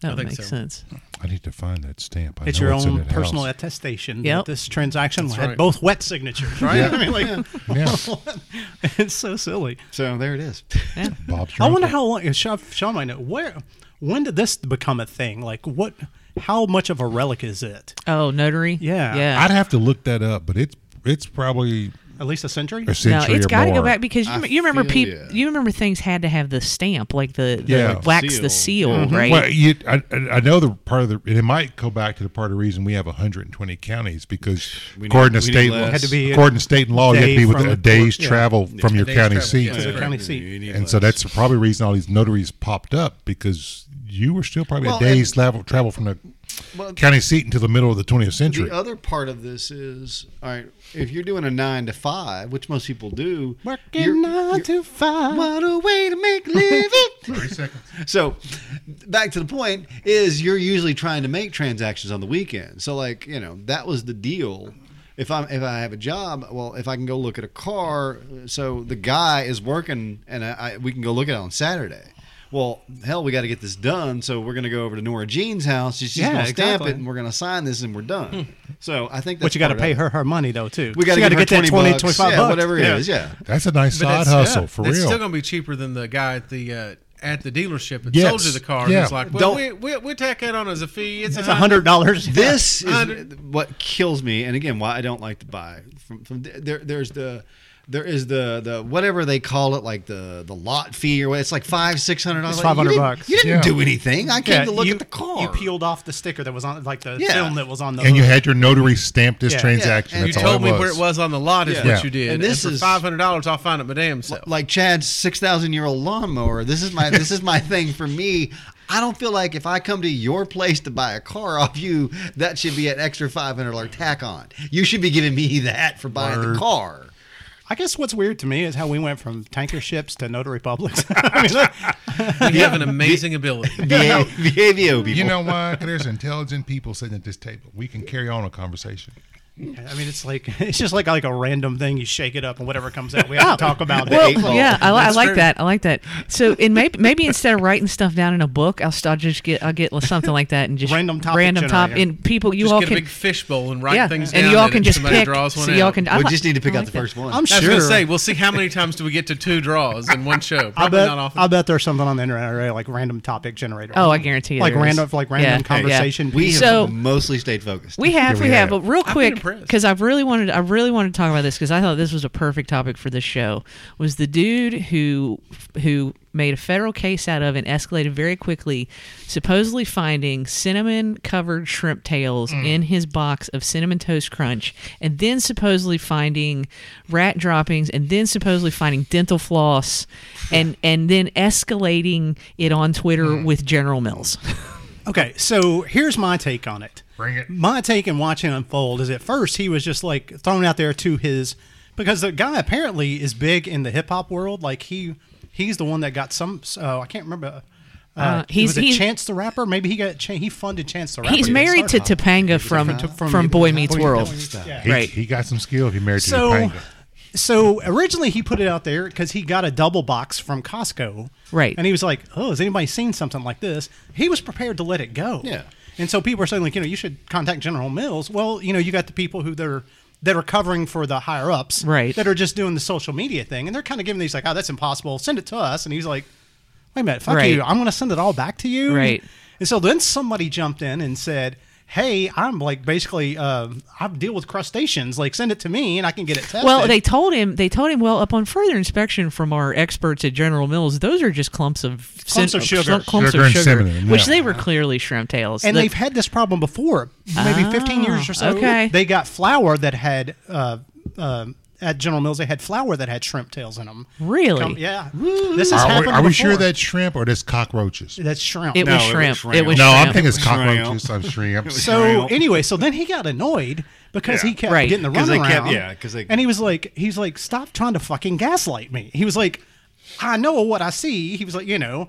That think makes so. sense. I need to find that stamp. I It's know your in own that personal house. attestation Yep. that this transaction had right. both wet signatures. Right? I mean, like, Yeah. it's so silly. So there it is. Bob's I your wonder uncle. how long Sean, Sean might know where. When did this become a thing? Like, what? How much of a relic is it? Oh, notary. Yeah. Yeah. I'd have to look that up, but it's it's probably at least a century. A No, century it's or got to go more. back because you, I you remember feel people. ya. You remember things had to have the stamp, like the, the Yeah. wax, the seal, Seal. right? Well, you, I, I I know the part of the. and It might go back to the part of the reason we have 120 counties because We according need- to we state, need less. Had to be a according to state law, you have to day be within from a the- day's yeah. travel from your day's county travel, seat, yeah. To the county seat. You need and so less. that's probably the reason all these notaries popped up because you were still probably Well, a day's travel, travel from the Well, county seat until the middle of the 20th century. The uh, other part of this is all right. If you're doing a nine to five, which most people do, Working you're- 9 you're- to five. What a way to make a living! Thirty seconds. so, back to the point is you're usually trying to make transactions on the weekend. So, like you know, that was the deal. If I'm if I have a job, well, if I can go look at a car, so the guy is working, and I, I we can go look at it on Saturday. Well, hell, we got to get this done, so we're going to go over to Nora Jean's house. She's Yeah, going to stamp exactly. it, and we're going to sign this, and we're done. So I think that's Hmm. But you got to part of pay it. her her money though too. We got She to gotta get that 20, 20, 25 yeah, bucks. whatever it is. Yeah. That's a nice side that's- hustle yeah, for It's real. still gonna be cheaper than the guy at the uh, at the dealership that Yes. sold you the car. Yeah. Yeah. like, well, Don't- we, we we tack that on as a fee. It's It's a hundred dollars. This is Hundred- what kills me, and again, why I don't like to buy from, from there. There's the there is the the whatever they call it, like the the lot fee or what. It's like five six hundred dollars. It's Like, you 500 didn't- bucks. You didn't Yeah. do anything. I came Yeah, to look you, at the car. You peeled off the sticker that was on, like the Yeah. film that was on the. and you hood. had your notary stamp this Yeah. transaction. Yeah. You That's all told me it was. where it was on the lot is Yeah. Yeah. what you did. And And this this is- for five hundred dollars. I'll find it my damn self. like Chad's six thousand year old lawnmower. This is my this is my thing for me. I don't feel like if I come to your place to buy a car off you, that should be an extra five hundred dollar tack on. You should be giving me that for buying the Word. car. I guess what's weird to me is how we went from tanker ships to notary publics. I mean, look, you have an amazing ability. VA, VAVO people. You know why? 'Cause there's intelligent people sitting at this table. We can carry on a conversation. I mean, it's like it's just like like a random thing. You shake it up and whatever comes out, we have to talk about Well, it. ball. Yeah, I, li- I That's like true. that. I like that. So, and maybe maybe instead of writing stuff down in a book, I'll start just get I'll get something like that and just Random topic random top, generator. and people you Just all get can a big fishbowl and write yeah, things down. and you all in it can just somebody pick. draws one so y'all out. can. I we like- just need to pick I out like the that. first one. I'm I sure. was gonna say, we'll see how many times do we get to two draws in one show. I Probably bet. not often. I bet there's something on the internet already, like random topic generator. Oh, I guarantee you. Like there is. random, like random Yeah, yeah. conversation. we have So- mostly stayed focused. We have, Yeah, we, we have. have. But real been quick, impressed. because I've really wanted, I really wanted to talk about this because I thought this was a perfect topic for this show. Was the dude who who made a federal case out of and escalated very quickly, supposedly finding cinnamon covered shrimp tails Mm. in his box of cinnamon toast crunch, and then supposedly finding rat droppings, and then supposedly finding dental floss, and and then escalating it on Twitter Mm. with General Mills. Okay, so here's my take on it. Bring it. My take in watching it unfold is at first he was just like thrown out there to his because the guy apparently is big in the hip hop world. Like he he's the one that got some. Uh, I can't remember. Uh, Uh, he's he's- was it he's- Chance the rapper. Maybe he got Chan- he funded Chance the rapper. He's to get married to started on it. Topanga from From- from, from- Boy Meets World. Yeah. He, Right. he got some skill. He married So, to Topanga. so originally he put it out there because he got a double box from Costco. Right. And he was like, "Oh, has anybody seen something like this?" He was prepared to let it go. Yeah. And so people are saying, like, you know, you should contact General Mills. Well, you know, you got the people who they're that are covering for the higher ups, Right. That are just doing the social media thing, and they're kind of giving these like, "Oh, that's impossible. Send it to us." And he's like, "Wait a minute, fuck Right. you. I'm going to send it all back to you." Right. And so then somebody jumped in and said, "Hey, I'm like basically uh, I deal with crustaceans. Like, send it to me, and I can get it tested." Well, they told him. They told him. Well, upon further inspection from our experts at General Mills, those are just clumps of Clumps of sugar. clump- clumps Sugar of and sugar, cinnamon, which yeah. they were clearly shrimp tails. and The- Ah, they've had this problem before, maybe 15 years or so. okay. They got flour that had uh, uh, at General Mills. They had flour that had shrimp tails in them. Really? yeah. This has Are, we, happened. are we sure before. that's shrimp or that's cockroaches? that's shrimp? it No, was it was shrimp. shrimp. It was No, shrimp. I'm thinking it's Shrimp. cockroaches. I'm shrimp. So anyway, so then he got annoyed because he kept Right. getting the 'Cause runaround. they kept- yeah, 'cause they- and he was like, he's like, stop trying to fucking gaslight me. He was like, I know what I see. He was like, you know,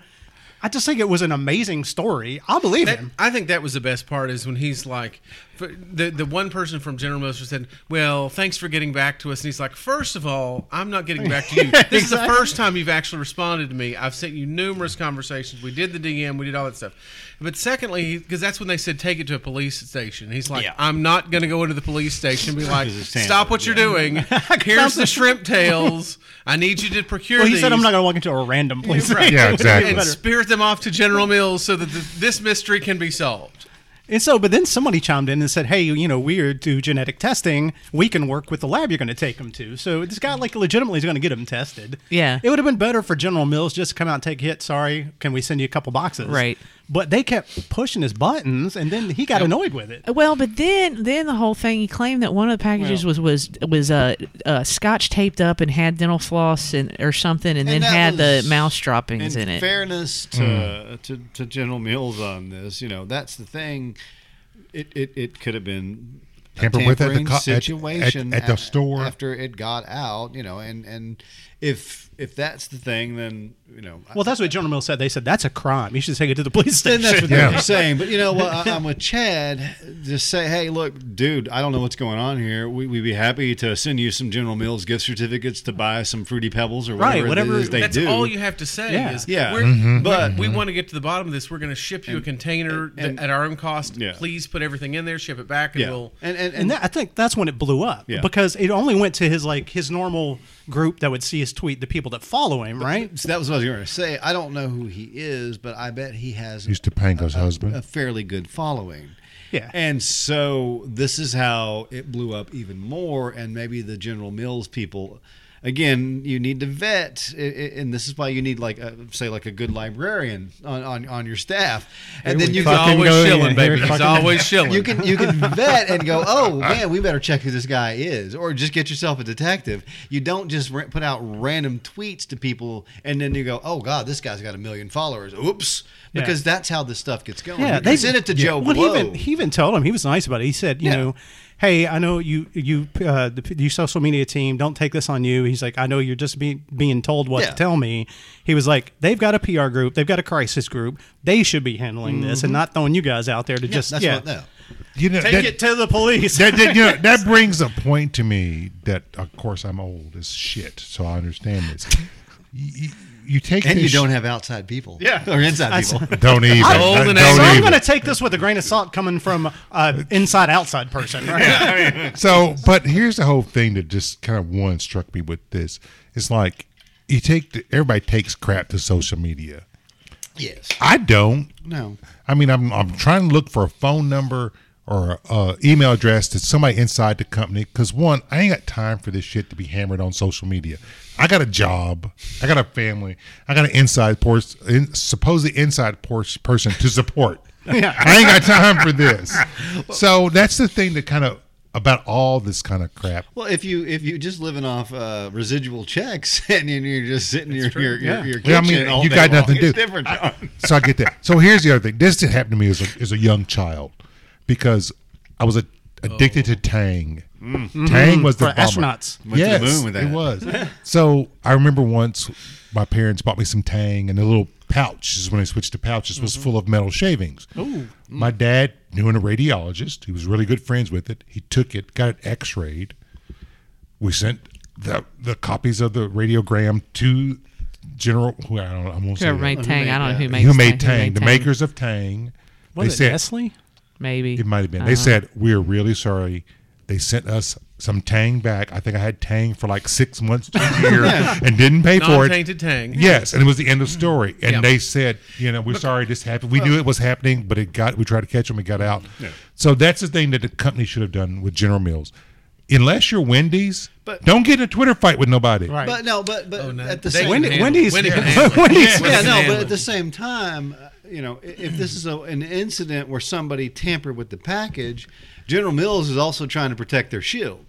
I just think it was an amazing story. I believe That- him. I think that was the best part is when he's like, for- the the one person from General Mills who said, "Well, thanks for getting back to us." And he's like, first of all, I'm not getting back to you. This is the first time you've actually responded to me. I've sent you numerous conversations. We did the DM. We did all that stuff." But secondly, because that's when they said, "Take it to a police station." He's like, Yeah. "I'm not going to go into the police station." and Be like, Because it's Tampa, "Stop what you're yeah. doing. Here's the shrimp tails. I need you to procure." Well, he said, these." I'm not going to walk into a random place. Right. Yeah, It would've been exactly. and better. spirit them off to General Mills so that th- this mystery can be solved. And so, but then somebody chimed in and said, "Hey, you know, we do genetic testing. We can work with the lab you're going to take them to." So this guy, like, legitimately is going to get them tested. Yeah. it would have been better for General Mills just to come out and take a hit. Sorry, can we send you a couple boxes? Right. But they kept pushing his buttons, and then he got annoyed with it. Well, but then then the whole thing. He claimed that one of the packages was was was uh, uh, scotch taped up and had dental floss and or something, and, then that had was- the mouse droppings in it. Fairness Hmm. to, to to General Mills on this, you know, that's the thing. It it, it could have been a Tampered with at the tampering co- at- at- situation at the a- store. after it got out, you know, and and if if that's the thing, then you know, I- Well, that's what General Mills said. They said that's a crime. You should take it to the police then station. that's what Yeah. they're saying. But you know what? I, I'm with Chad. Just say, hey, look, dude, I don't know what's going on here. We, we'd be happy to send you some General Mills gift certificates to buy some fruity pebbles or whatever, Right, whatever- it is they That's do. all you have to say Yeah. is, Yeah. we're, Mhm. but we want to get to the bottom of this. We're going to ship you a container th- and- at our own cost. Yeah. Please put everything in there, ship it back, and yeah. we'll. and, and, and that, I think that's when it blew up Yeah. because it only went to his like his normal group that would see his tweet, the people that follow him, right? So that was what I was going to say. I don't know who he is, but I bet he has He's Topanga's husband. a fairly good following. Yeah. And so this is how it blew up even more. And maybe the General Mills people, again, you need to vet. i- i- And this is why you need, like, a, say, like a good librarian on, on, on your staff. And then you He's can. fucking always go in. shilling, baby. Here He's fucking- always shilling. You can you can vet and go, oh man, we better check who this guy is, or just get yourself a detective. You don't just ra- put out random tweets to people and then you go, oh god, this guy's got a million followers. Oops, because that's how this stuff gets going. Yeah, You can send it to yeah. Joe Well, he Blow. even he even told him he was nice about it. He said, you Yeah. know, hey, I know you you uh, the, your social media team don't take this on you. He's like, I know you're just being being told what Yeah. to tell me. He was like, they've got a PR group, they've got a crisis group. They should be handling this and not throwing you guys out there to just that's yeah. what no. You know, Take that- it to the police. that, that, you know, that brings a point to me that, of course, I'm old as shit, so I understand this. You, you- you take And you this- don't have outside people, Yeah. or inside people. don't even Old don't and so I'm even. going to take this with a grain of salt coming from uh, inside outside person, right? so, but here's the whole thing that just kind of one struck me with this. It's like you take the, everybody takes crap to social media. yes, I don't. no. I mean, I'm I'm trying to look for a phone number or uh, email address to somebody inside the company because one, I ain't got time for this shit to be hammered on social media. I got a job, I got a family, I got an inside pors- in, supposedly inside pors- person to support. I ain't got time for this. So that's the thing that kind of about all this kind of crap. Well, if you if you just living off uh, residual checks and then you're just sitting in your, your, your, your kitchen Yeah, I mean, all you day got long, nothing to it's do. different. John. So I get that. So here's the other thing. This did happen to me as a, as a young child because I was a, addicted Oh. to Tang. Mm-hmm. Tang was the For bomber. astronauts. Went to the moon with it that. was. so I remember once my parents bought me some Tang, and the little pouch is when I switched to pouches Mm-hmm. was full of metal shavings. Mm. Ooh. My dad knew a radiologist. He was really good friends with it. He took it, got it X-rayed. We sent the the copies of the radiogram to General. Who I don't. I won't say Whoever that. made Tang, I don't know who made who made Tang, the Tang, makers of Tang. Was they it said Nestle? Maybe it might have been. They said we're really sorry. They sent us some Tang back. I think I had Tang for like six months to a year and didn't pay for it. Non-tainted tang. Mm-hmm. Yes, and it was the end of the story. And Yeah. they said, you know, we're sorry this happened. We knew it was happening, but it got. We tried to catch them. It got out. So that's the thing that the company should have done with General Mills. Unless you're Wendy's, But- don't get in a Twitter fight with nobody. Right. But no, but but Oh, no. at the They same can Wendy- handle it. Wendy's- Wendy can yeah. handle it. Wendy's- Wendy yeah, can no, handle but at it. the same time, uh, you know, i- if this is a, an incident where somebody tampered with the package, General Mills is also trying to protect their shield.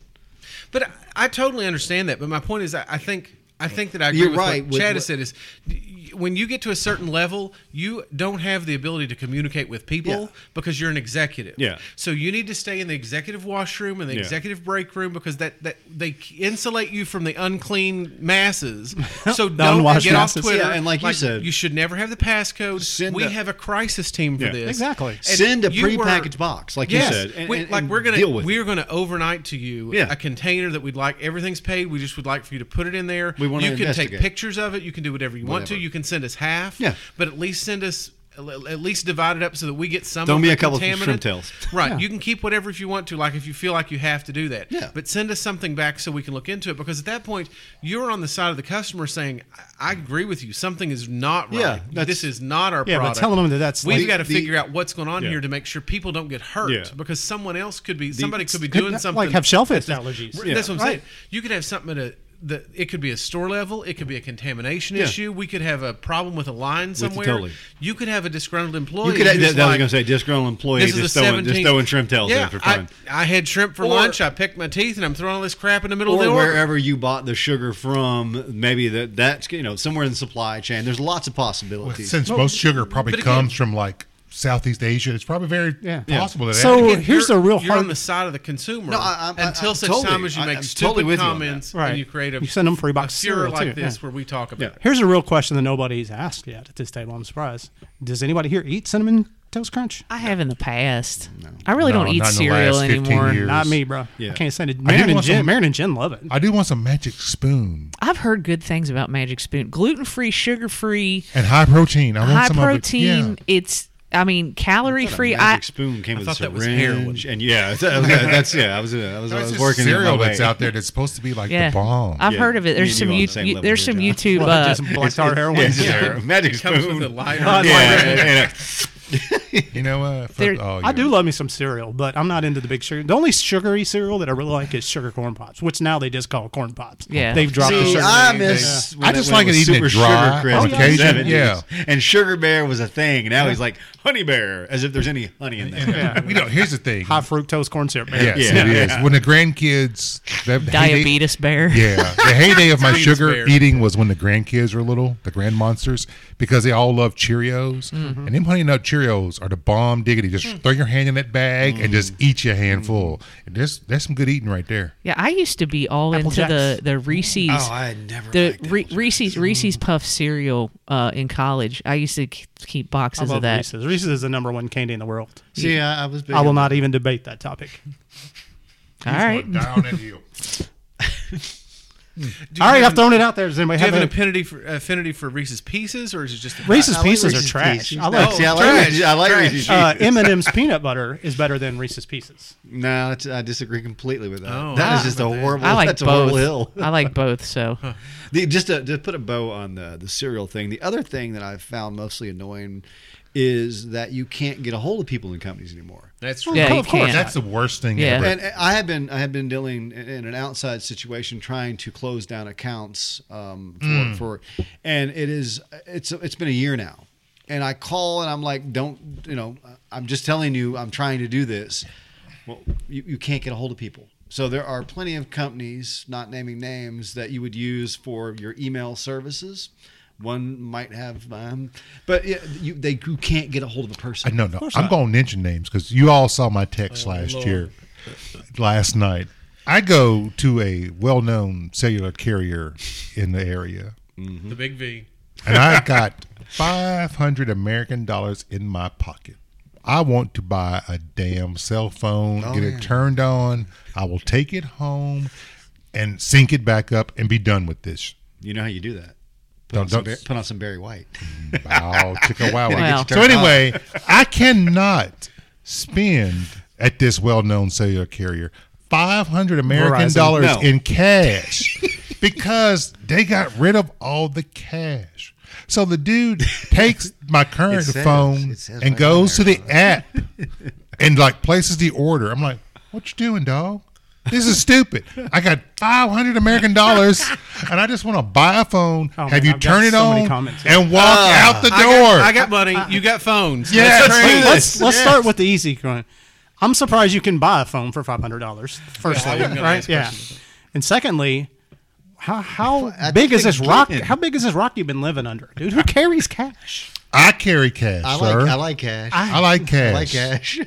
But I, I totally understand that. But my point is, I, I think I think that I agree You're with right what with Chad what- has said. Is y- when you get to a certain level, you don't have the ability to communicate with people Yeah. because you're an executive. Yeah. So you need to stay in the executive washroom and the Yeah. executive break room because that that they c- insulate you from the unclean masses. So don't unwashed get masses. off Twitter. Yeah, and like you said- you should never have the passcode. Send we a- have a crisis team for Yeah. this. Exactly. Send a you were- prepackaged box, like you yes, said, and- we- and- like and we're gonna deal with it. we're going to overnight to you Yeah. a container that we'd like everything's paid. We just would like for you to put it in there. We wanna you can take investigate. pictures of it. You can do whatever you want to. Whatever. You can send us half. Yeah. But at least send us l- at least divide it up so that we get some. Throw of me the a couple of contaminant. shrimp tails. Right, you can keep whatever if you want to, like if you feel like you have to do that. Yeah. But send us something back so we can look into it because at that point you're on the side of the customer saying, "I, I agree with you. Something is not Yeah, right. that's- this is not our Yeah, but product." telling them that that's we've like- got to The- figure out what's going on Yeah. here to make sure people don't get hurt Yeah. because someone else could be somebody could be Could doing not- something like have shellfish allergies. R- That's what I'm Right. saying. You could have something at a the, it could be a store level. It could be a contamination Yeah. issue. We could have a problem with a line somewhere. totally. You could have a disgruntled You employee. could, that, who's that I was like, going to say, disgruntled employee this just is the throwing, just 17th throwing shrimp tails yeah, in for fun. I, I had shrimp for Or- lunch. I picked my teeth, and I'm throwing all this crap in the middle or of the order. wherever you bought the sugar from, maybe that that's you know somewhere in the supply chain. There's lots of possibilities. Since most sugar probably but again- comes from like Southeast Asia, it's probably very Yeah. Yeah. possible that So- that Again, here's the you're- real You're hard- on the side of the consumer No, I- I- I- until I'm such totally- time as you I- make I'm stupid totally with you on comments that. Right. and you create a You send 'em free box a furor cereal, like too, this yeah. where we talk about. it. Here's a real question that nobody's asked yet at this table. I'm surprised. Does anybody here eat cinnamon toast crunch? I have in the past. I really No, don't eat not in the cereal last 15 anymore. years. Not me, bro. Yeah. I can't say it. Marin and want Jen, some- Marin and Jen love it. I do want some magic spoon I've heard good things about Magic Spoon. Gluten free, sugar free, and high protein. I want high some Of protein. it. Yeah. It's I mean calorie free. Magic I spoon came with a thought that was syringe, and yeah, that was- that's yeah. I was I was, I There's was this working in cereal my that's way. out there that's supposed to be like yeah, the bomb. I've Yeah, heard of it. me There's and some you on the you, same you- level there's here, some John. YouTube. Well, uh, just black tar heroin. Yeah, it's Yeah. there. Magic It comes spoon. with a lighter. Uh, yeah, yeah, yeah. you know what? Fuck There- all I you. do love me some cereal, but I'm not into the big sugar. The only sugary cereal that I really like is sugar corn pops, which now they just call corn pops. Yeah. theyey've dropped the See, sugar. I name. miss. I just like it was eating it super dry sugar crisp on in the occasion, 70s. yeah. and sugar bear was a thing. Now he's like honey bear, as if there's any honey in there. Yeah. You know, here's the thing. high fructose corn syrup. man. Yes, Yeah. it is. When the grandkids that heyday- diabetes bear. yeah, the heyday of my Diabetes sugar bear. eating was when the grandkids were little, the grand monsters, because they all love Cheerios, Mm-hmm. and them honey nut Cheerios are the bomb diggity. Just Mm. throw your hand in that bag and just Mm. eat your handful. And there's there's some good eating right there. Yeah, I used to be all into Jacks. the the Reese's. Oh, I had never the liked it. Re- Reese's Reese's Puff cereal uh, in college. I used to k- keep I boxes love of that. Reese's. Reese's is the number one candy in the world. See, I, I was. Big I will not even debate that topic. All right, down that hill. Do you All right, have I've an- thrown it out there. Does anybody Do you have, have an an affinity for affinity for Reese's Pieces, or is it just Reese's I like Pieces Reese's are trash. Pieces. Oh, I like See, I like trash. Reese's- I like Trash. Reese's uh, Pieces. M and M's peanut butter is better than Reese's Pieces. No, it's- I disagree completely with that. Oh, that I is just a remember that. horrible. I like that's a both. horrible hill. I like both. So The, just to, to put a bow on the the cereal thing. The other thing that I've found mostly annoying is that you can't get a hold of people in companies anymore. That's true. yeah, you of course, can't. That's the worst thing Yeah. ever. And uh, I have been I have been dealing in- in an outside situation trying to close down accounts um, for, Hmm. for and it is it's it's been a year now. And I call and I'm like, don't you know? I'm just telling you, I'm trying to do this. Well, you, you can't get a hold of people. So there are plenty of companies, not naming names, that you would use for your email services. One might have, um, but yeah, you they you can't get a hold of a person. No, no. I'm going to mention names because you all saw my text last year, last night. I go to a well known cellular carrier in the area, The big V. and I got 500 American dollars in my pocket. I want to buy a damn cell phone, get it turned on. I will take it home and sync it back up and be done with this. You know how you do that? Put, Don't- on, some, don't- Bar- put on some Barry White. Wow, chicka wow. Wow. Get you So turned anyway, I cannot spend at this well-known cellular carrier five hundred American Verizon, dollars no. in cash because they got rid of all the cash. So the dude takes my current says- phone it says and right goes to there. the app and like places the order. I'm like, what you doing, dog? This is stupid. I got 500 American dollars and I just want to buy a phone. Oh, Have man, you I've got turn it so many on comments. and walk out the door? I got, I got money. You got phones. Yes. Let's trade. Yes. Let's let's start with the easy one. I'm surprised you can buy a phone for five hundred dollars. Firstly, wasn't gonna right? ask Yeah, and secondly, how how I big is think this rock? getting- How big is this rock you've been living under, dude? Who carries cash? I carry cash, I sir. like I like cash. I, I like cash. like cash.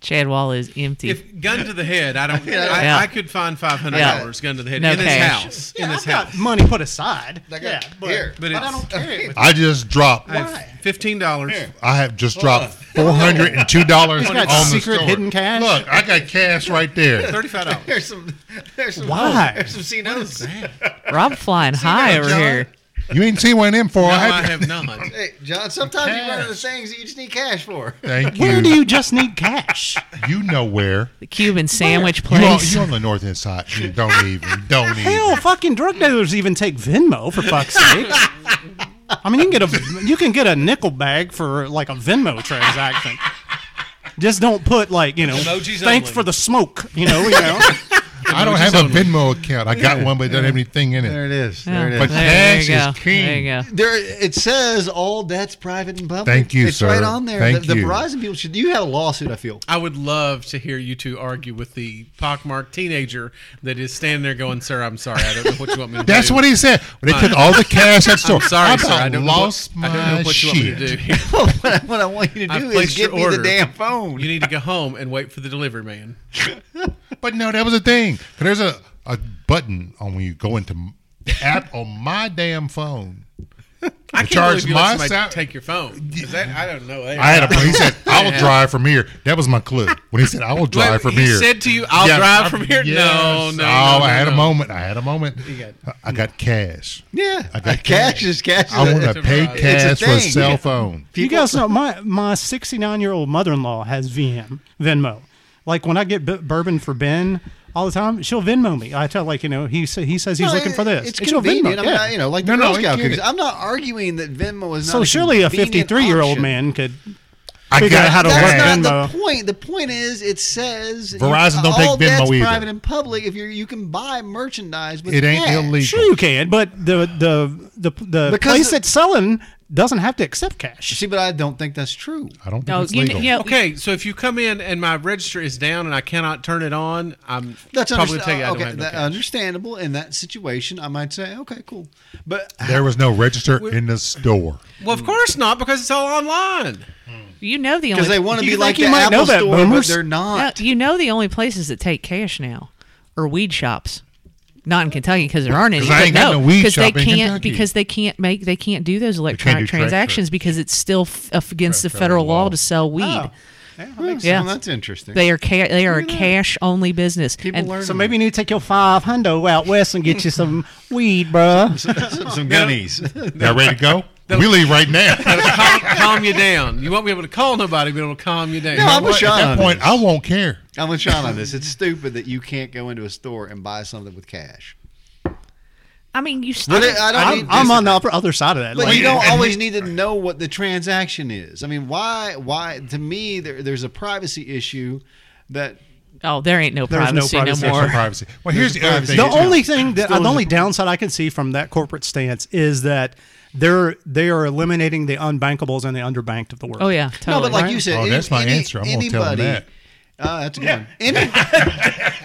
Chad Wall is empty. If gun to the head, I don't. I, Yeah. I could find five hundred Yeah. dollars gun to the head No in his cash. house. in his I've got house. money put aside. yeah, but, here. But, it's, I don't care. I just dropped. I have fifteen dollars. I have just dropped four hundred and two dollars on got the secret store. hidden cash? Look, I got cash right there. Thirty-five dollars. There's some. There's some. Why? There's some C notes. Rob flying high over John? here. You ain't seen one of them before. No, have I you? have not. Hey, John, sometimes you run Cash. into things that you just need cash for. Thank you. Where do you just need cash? You know where. The Cuban sandwich You on, place. you on the north end side. You don't even. Don't Hell, even. fucking drug dealers even take Venmo for fuck's sake. I mean, you can get a you can get a nickel bag for like a Venmo transaction. Just don't put like you know. Emojis thanks only. for the smoke. You know, you know. I don't have a Venmo account. I got one, but it doesn't have anything in There it. it is. Yeah. There it But is. Oh, there, cash you go. is king. There you go. There, it says all debts private and public. Thank you, it's sir. right on there. Thank the, you. the Verizon people should. You had a lawsuit. I feel. I would love to hear you two argue with the pockmarked teenager that is standing there going, "Sir, I'm sorry. I don't know what you want me to do." That's what he said. When they took all the cash at store. I'm sorry, I sir. about I don't lost know what, my I don't know what you shit. want me to do. here. what, I, what I want you to I've do is placed get your me order. the damn phone. You need to go home and wait for the delivery man. But no, that was a thing. 'Cause There's a, a button on when you go into m- the app on my damn phone. I They can't charge believe you my let somebody sal- take your phone. Is that, I don't know. I had a. He said, "I'll drive from here." That was my clue. When he said, "I will drive from he here," said to you, "I'll Yeah, drive I- from here." yes. No, Oh, no. no, I had no. a moment. I had a moment. got- I got cash. yeah, Uh, I got cash is cash. Is I want it's to a pay variety. It's a cash for a thing. cell phone. you guys know my my 69 year old mother in law has VM Venmo. Like when I get b- bourbon for Ben all the time, she'll Venmo me. I tell like you know he sa- he says he's No, looking it- for this. It's And she'll convenient. I'm yeah. not, you know, like the No, no, Girl I Scout get cookies. it. I'm not arguing that Venmo is not. so a surely a convenient 53 year old option. man could I figure got out how to cash. work That's Venmo. not the point. The point is, it says Verizon don't all take Venmo debts either. Private and public. If you you can buy merchandise with It ain't cash. illegal. Sure, you can, but the the the the Because place the- that's selling doesn't have to accept cash. See, but I don't think that's true. I don't think No, it's you, legal. you know, Okay, so if you come in and my register is down and I cannot turn it on, I'm That's probably understa- tell you I don't okay, have no that- cash. understandable in that situation. I might say, okay, cool, but there was no register in the store. uh, Well, of course not, because it's all online. you know the because only they want to You be think like you the might know Apple that, Store, but boomers? they're not. No, you know the only places that take cash now are weed shops. Not in Kentucky because there aren't any. 'Cause I ain't but got no, no weed because they shop in can't Kentucky. because they can't make they can't do those electronic do transfer. transactions because it's still f- uh, against the Federal federal law law. to sell weed. Oh, yeah, that makes Yeah. Well, that's interesting. They are ca- they are a cash only business. People And learn So maybe you need to take your five hundo out west and get you some weed, bruh. some, some gunnies. Y'all ready to go? we leave right now. calm, calm you down. You won't be able to call nobody, but it'll calm you down. No, I'm with At Sean that on point, this. I won't care. I'm with Sean on this. It's stupid that you can't go into a store and buy something with cash. I mean, you still But it, I don't I'm, need I'm this- on the upper, other side of that. But Like, you yeah, don't and always he- need to know what the transaction is. I mean, why? Why? To me, there, there's a privacy issue that oh, there ain't no There's no privacy no, privacy. There's no more. privacy. Well, here's the other privacy thing. the Yeah. only thing that the only downside I can see from that corporate stance is that they're they are eliminating the unbankables and the underbanked of the world. Oh yeah, no, totally. but like you said, Oh, any- that's my any- answer. I'm gonna tell him anybody- that. Uh, that's a good one. Any,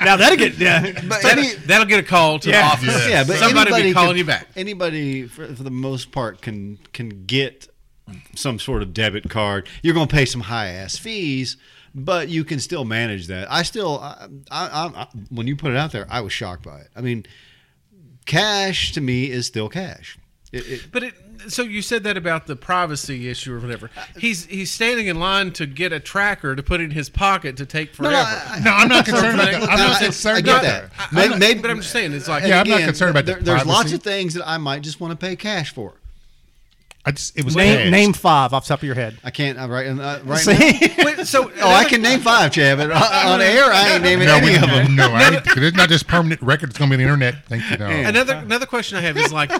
Now that'll get yeah. but any, That'll get a call to the Yeah. office. yeah, but somebody will anybody be calling can- you back. Anybody, for, for the most part, can can get some sort of debit card. You're going to pay some high ass fees, but you can still manage that. I still, I, I, I, when you put it out there, I was shocked by it. I mean, cash to me is still cash. It, it, But it, so you said that about the privacy issue or whatever. He's he's standing in line to get a tracker to put in his pocket to take forever. No, I'm not concerned about that. I'm I- not I- concerned I get about that. that. May- I'm not- maybe- but I'm just saying it's like and Yeah, I'm not concerned about the there- There's lots privacy. of things that I might just want to pay cash for. I just, it was cash. Name, name five off the top of your head. I can't uh, right uh, right now. See? Wait, so Oh, I can name five, Chad, but uh, on air I ain't naming No, any we, of them. no, I ain't, 'cause it's not just permanent record. It's going to be on the internet. Thank you. No. Another another question I have is like,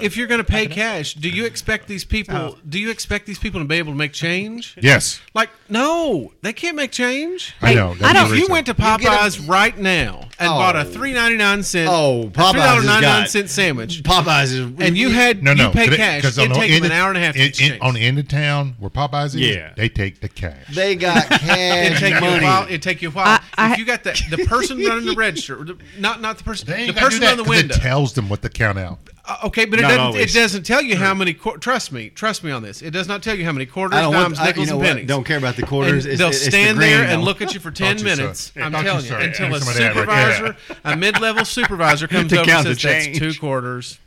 if you're going to pay cash, do you expect these Oh. people? Do you expect these people to be able to make change? yes, Like, no, they can't make change. I know. I don't- If you went to get a- Popeyes right now and Oh. bought a three ninety nine cent Oh, Popeyes has three dollar ninety nine got- cent sandwich, Popeyes is and you had no, no, you pay 'cause it- cash, 'cause it'd on the take them end an of- hour and a half to in- get in- on the change. end of town where Popeyes is. Yeah. they take the cash. they got It'd cash take you a money. while. It'd take you a while. I- I- if you got the, the person running the register, or the, not not the person, They ain't the gotta do person that on the 'cause window. It tells them what to count out. Uh, okay, but it Not doesn't. always. It doesn't tell you how many. Qu- trust me, trust me on this. It does not tell you how many quarters, I don't want. dimes, I, you nickels, know and what? pennies. Don't care about the quarters. And It's- they'll it's the stand green there I and want. look at you for you, 10 sir. minutes. Yeah, I'm thought you, telling you, sir. until Yeah, a some of that right supervisor, there. a mid level supervisor comes To over count and the says that's change." two quarters,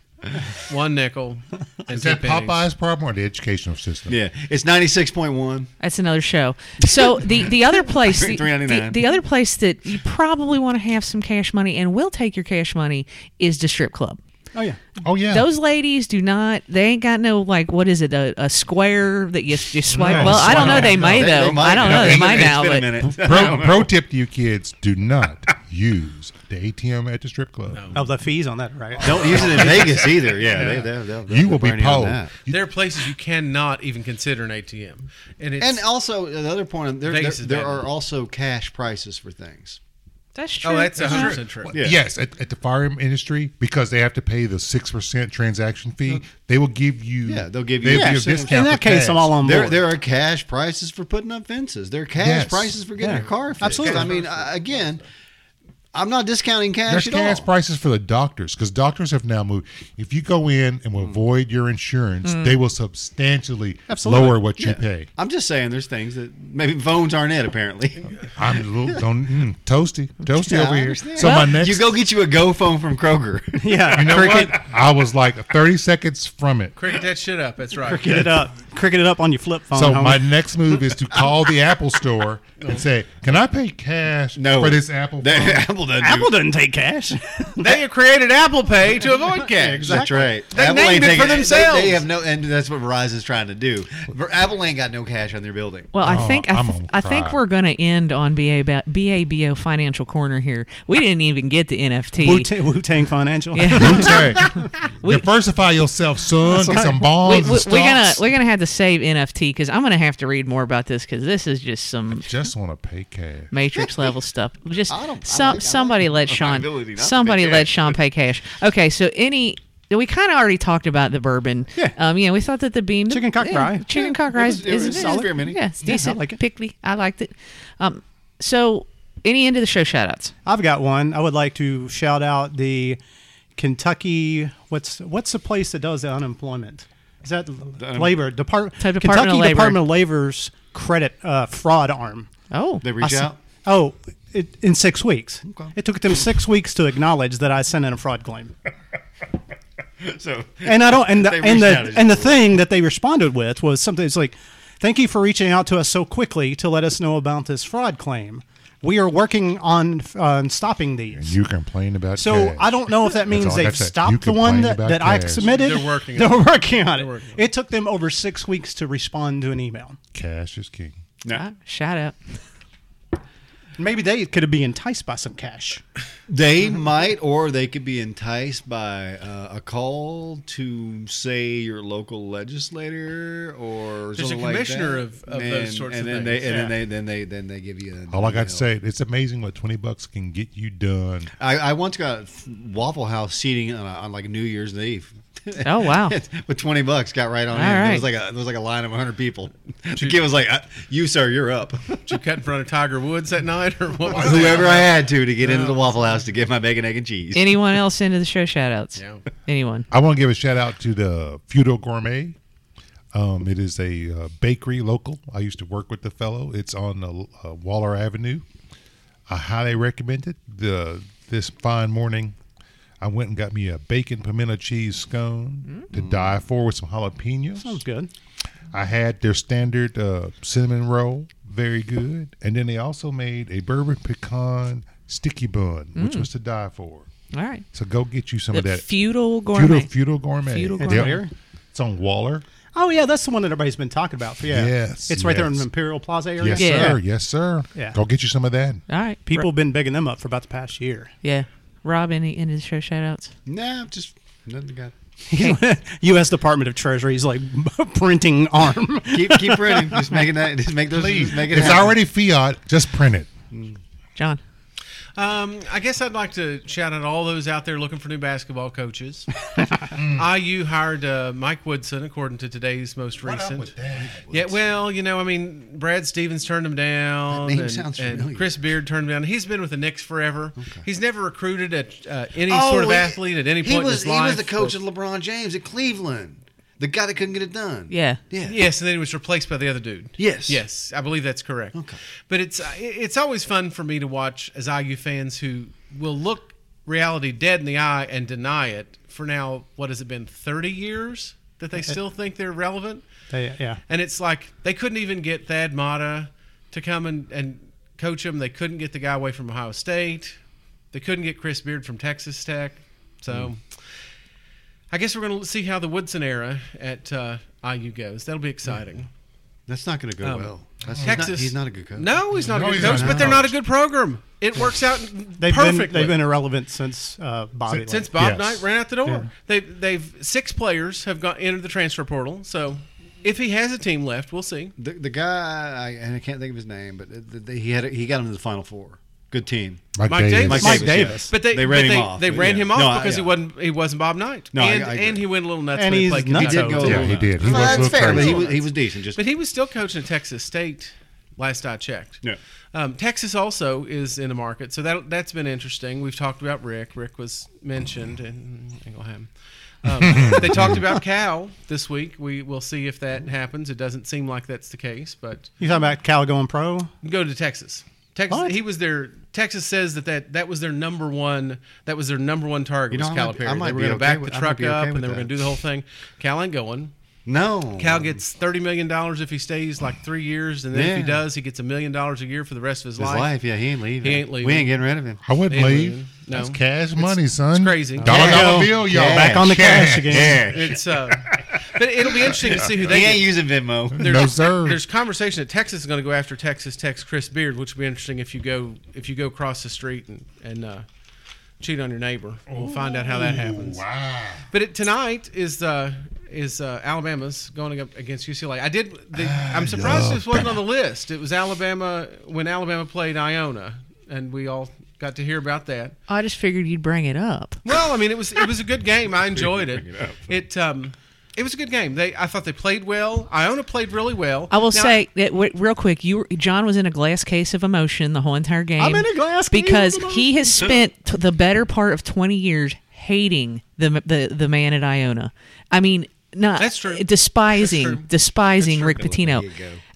one nickel, and Is two that pennies. Popeyes' problem or the educational system? Yeah, it's ninety six point one. That's another show. So the the other place the, the, $3.99. the other place that you probably want to have some cash money and will take your cash money is the strip club. Oh yeah. Oh yeah. Those ladies do not. They ain't got no like. What is it? A, a square that you you swipe. well, I don't know. They may They- they though. might I don't now. know. They It's might been- now. It's But been a minute. pro, pro tip to you kids: do not use the ATM at the strip club. Of Oh, the fees on that, right? Don't use it in Vegas either. Yeah, They, they'll, they'll, You they'll will be burn you on polled. that. You- There are places you cannot even consider an ATM, and it's oh, And also, the other point, there, there, Vegas is there bad. are also cash prices for things. that's true. oh, that's hundred percent true. Yeah. Yes, at, at the fire industry, because they have to pay the six percent transaction fee, they will give you. Yeah, they'll give you- They'll Yeah, give so you a in discount. In that for case, cash. I'm all on There, board. there are cash prices for putting up fences. There are cash Yes. prices for getting Yeah. your car fixed. Absolutely. I mean, I, again, I'm not discounting There's cash at cash all. prices for the doctors because doctors have now moved. If you go in and Mm. will void your insurance, they will substantially Absolutely. lower what you Yeah. pay. I'm just saying, there's things that maybe phones aren't it. Apparently, I'm a little don't, mm, toasty, toasty Yeah, I over here. understand. So my next, you go get you a Go phone from Kroger. yeah. you know cricket what? I was like 30 seconds from it. Cricket that shit up. That's right. cricket it up. Cricket it up on your flip phone. So homie. my next move is to call the Apple store and say, "Can I pay cash No, for this Apple?" That- phone?" Apple doesn't. do- Apple doesn't take cash. They have created Apple Pay to avoid cash. That's right. They named ain't it for taking- they- themselves. They, have no, and that's what Verizon's trying to do. Ver- Apple ain't got no cash on their building. Well, I Oh, think I, I'm th- gonna I think cry. we're going to end on BA ba- BABO financial corner here. We didn't even get the Wu NFT. Tang Financial. Yeah. Okay. Diversify yourself, son. Get some We, bonds. we, and we're gonna stocks. we're gonna have to save NFT because I'm gonna have to read more about this because this is just some Just want to pay cash. Matrix level stuff. Just I don't- I some like- I somebody let ability Sean not to somebody pay let cash. Sean pay cash. Okay, so any we kind of already talked about the bourbon. Yeah. Um. Yeah. We thought that the bean Chicken cock yeah, rye. Chicken cock it rye was- is it was is- solid. Very many. Yeah. It's Yeah, I decent. like it. Pickly. I liked it. Um. So any end of the show shout outs. I've got one. I would like to shout out the Kentucky. What's what's the place that does the unemployment? Is that Um, labor department? um, Type Department Kentucky of Labor. Department of Labor's credit uh, fraud arm. Oh. They I reach s- out. Oh, it, in six weeks. It took them six weeks to acknowledge that I sent in a fraud claim. So And I don't. And the They and reached out the as and the well. thing that they responded with was something. It's like, thank you for reaching out to us so quickly to let us know about this fraud claim. We are working on on stopping these. You complain about So cash. I don't know if that That's means all I they've gotta say. You stopped the one complain that, about that I cash. submitted. They're working They're on working on it. working on It took them over six weeks to respond to an email. Cash is king. Uh, shout out. Maybe they could have been enticed by some cash. They Mm-hmm. might, or they could be enticed by uh, a call to say your local legislator or There's a something like commissioner that. of- of and, those sorts and of then things. They, and then Yeah. they then they then they give you. An All I got to say, email. it's amazing what twenty bucks can get you done. I, I once got Waffle House seating on, a, on like New Year's Eve. Oh wow. With twenty bucks, got right on All in. There was right. like a there was like a line of hundred people. The kid was like, "Uh, "You sir, you're up." Did you cut in front of Tiger Woods that night, or what? Was Whoever I had to to get into the Waffle House to get my bacon, egg, and cheese. Anyone else into the show shout outs? Yeah. Anyone? I want to give a shout out to the Feudal Gourmet. Um, it is a uh, bakery local. I used to work with the fellow. It's on uh, uh, Waller Avenue. I highly recommend it. The this fine morning, I went and got me a bacon pimento cheese scone to die for with some jalapenos. Sounds good. I had their standard uh, cinnamon roll, very good, and then they also made a bourbon pecan sticky bun, which was to die for. All right. So go get you some The of that feudal gourmet. Feudal, feudal gourmet. Feudal They're- Gourmet. It's on Waller. Oh yeah, that's the one that everybody's been talking about. For, yeah, Yes, it's right there in yes. Imperial Plaza area. Yes, Yeah. sir. Yes, sir. Yeah. Go get you some of that. All right. People have been bigging them up for about the past year. Yeah. Rob, any end of the show shout outs? Nah, just nothing got. U.S. Department of Treasury is like printing arm. Keep keep printing. Just making that. Just make those. Just make it It's happen. already fiat. Just print it. John. Um, I guess I'd like to shout out all those out there looking for new basketball coaches. Mm. IU hired uh, Mike Woodson, according to today's most recent. Yeah, well, you know, I mean, Brad Stevens turned him down. name and, sounds and familiar. Chris Beard turned him down. He's been with the Knicks forever. He's never recruited a, uh, any Oh, sort of he- athlete at any He point was in his life. he was the coach of LeBron James at Cleveland, the guy that couldn't get it done. Yeah. yeah, Yes, and then he was replaced by the other dude. Yes. yes, I believe that's correct. Okay, but it's uh, it- it's always fun for me to watch as IU fans who will look reality dead in the eye and deny it. For now, what has it been thirty years that they still think they're relevant? They- yeah, And it's like they couldn't even get Thad Matta to come and, and coach them. They couldn't get the guy away Hmm. from Ohio State. They couldn't get Chris Beard from Texas Tech. So I guess we're going to see how the Woodson era at uh, IU goes. That'll be exciting. That's not going to go Um, well. That's, he's not- Texas. He's not, a good coach. No, he's not No, a good he's coach, not. but they're not a good program. It works out They've perfectly. been they've been irrelevant since uh, Bobby. left. since Yes. Bob Knight ran out the door. Yeah. They they've six players have got entered the transfer portal. So if he has a team left, we'll see. The, the guy, I, and I can't think of his name, but the, the, he had he got him to the Final Four. Good team. Mike Davis. Mike, Mike Davis. Davis. yes. they ran but him they, off. They but ran yeah. him off No, I- because yeah. he wasn't he wasn't Bob Knight. No, I- and I agree. and he went a little nuts And when he he's played nutso. Kentucky. He did go- Yeah, he Yeah. did. He Well, was that's looked fair. But crazy. he was, he was decent. Just But he was still coaching at Texas State. Last I checked. Yeah. Um, Texas also is in the market, so that that's been interesting. We've talked about Rick. Rick was mentioned, and ain't gonna happen. Um, they talked about Cal this week. We will see if that happens. It doesn't seem like that's the case, but you talking about Cal going pro? go to Texas. Texas. What? He was their. Texas says that, that that was their number one. That was their number one target. You know, was I might be- Calipari. I might they were be going to okay back with- the I truck might be okay up, with and they were that. Mm-hmm. going to do the whole thing. Cal ain't going. no. Cal gets thirty million dollars if he stays like three years, and then if he Yeah. does, he gets a million dollars a year for the rest of his, his life. Yeah, he ain't leaving. He ain't leaving. We ain't getting rid of him. I wouldn't Anyway, leave. no. That's cash money, son. crazy. Dollar Yeah. dollar bill, y'all. Yeah. Back on the cash again. It's uh, but it'll be interesting to see who they He ain't get. using Venmo. There's, No, sir. There's conversation that Texas is going to go after Texas Tech's Chris Beard, which would be interesting if you go if you go across the street and and uh, cheat on your neighbor. We'll find out how that happens. Wow. But it, tonight is uh, is uh, Alabama's going up against UCLA. I did. The, Ah, I'm surprised this wasn't on the list. It was Alabama when Alabama played Iona, and we all got to hear about that. I just figured you'd bring it up. Well, I mean, it was it was a good game. I enjoyed it. It um, it was a good game. They I thought they played well. Iona played really well. I will Now, say that w- real quick. You, were- John, was in a glass case of emotion the whole entire game. I'm in a glass case because of emotion. he has spent t- the better part of 20 years hating the m- the the man at Iona. I mean, not That's true. despising That's true. despising Rick Pitino.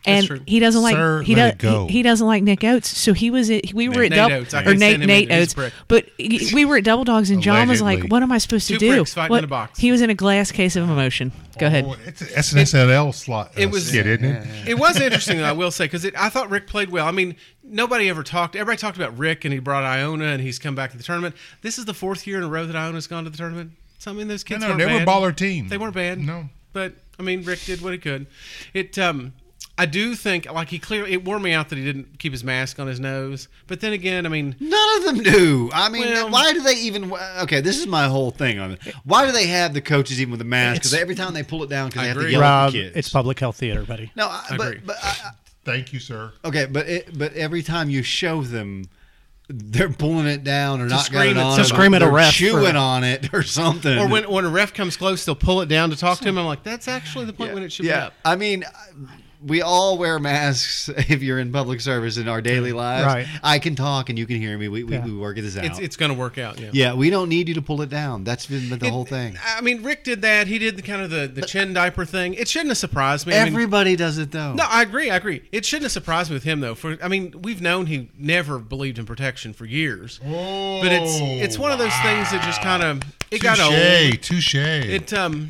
And true. he doesn't like Sir, he, let does, it go. he he doesn't like Nick Oates, so he was at, we were at Nate double Oates. I or can Nate send him Nate in. He's Oates, a brick. but he- we were at Double Dogs and John was like, Allegedly. "What am I supposed to Two do?" bricks fighting What- in a box. He was in a glass case of emotion. Go ahead. Oh, it's an SNL slot. It was- was skit, isn't it? It was interesting, though, I will say, because I thought Rick played well. I mean, nobody ever talked. Everybody talked about Rick, and he brought Iona, and he's come back to the tournament. This is the fourth year in a row that Iona's gone to the tournament. So I mean, those kids No, no, weren't they were bad. baller team. They weren't bad. No. but I mean, Rick did what he could. It. um I do think, like he clearly, it wore me out that he didn't keep his mask on his nose. But then again, I mean, None of them do. I mean, Well- why do they even? Okay, this is my whole thing on it. Why do they have the coaches even with the mask? Because It's- every time they pull it down, because I they have to agree. yell Rob, at the kids. it's public health theater, buddy. no, I, I but, agree. but I, Thank you, sir. okay, but it, but every time you show them. They're pulling it down or not got it scream at on. some- or scream at a they're ref Chewing for- on it or something. Or when, when a ref comes close, they'll pull it down to talk to him. I'm like, that's actually the point when it should be up. I mean, we all wear masks if you're in public service in our Mm. daily lives. Right. I can talk and you can hear me. We, we, Yeah. we work this out. It's, it's going to work out. Yeah. yeah, we don't need you to pull it down. That's been the It- whole thing. I mean, Rick did that. He did the kind of the, the chin diaper thing. It shouldn't have surprised me. I mean, Everybody does it though. no, I agree. I agree. It shouldn't have surprised me with him though. For I mean, we've known he never believed in protection for years. but it's it's one of those things that just kind of it got old. Touche, touche. It um,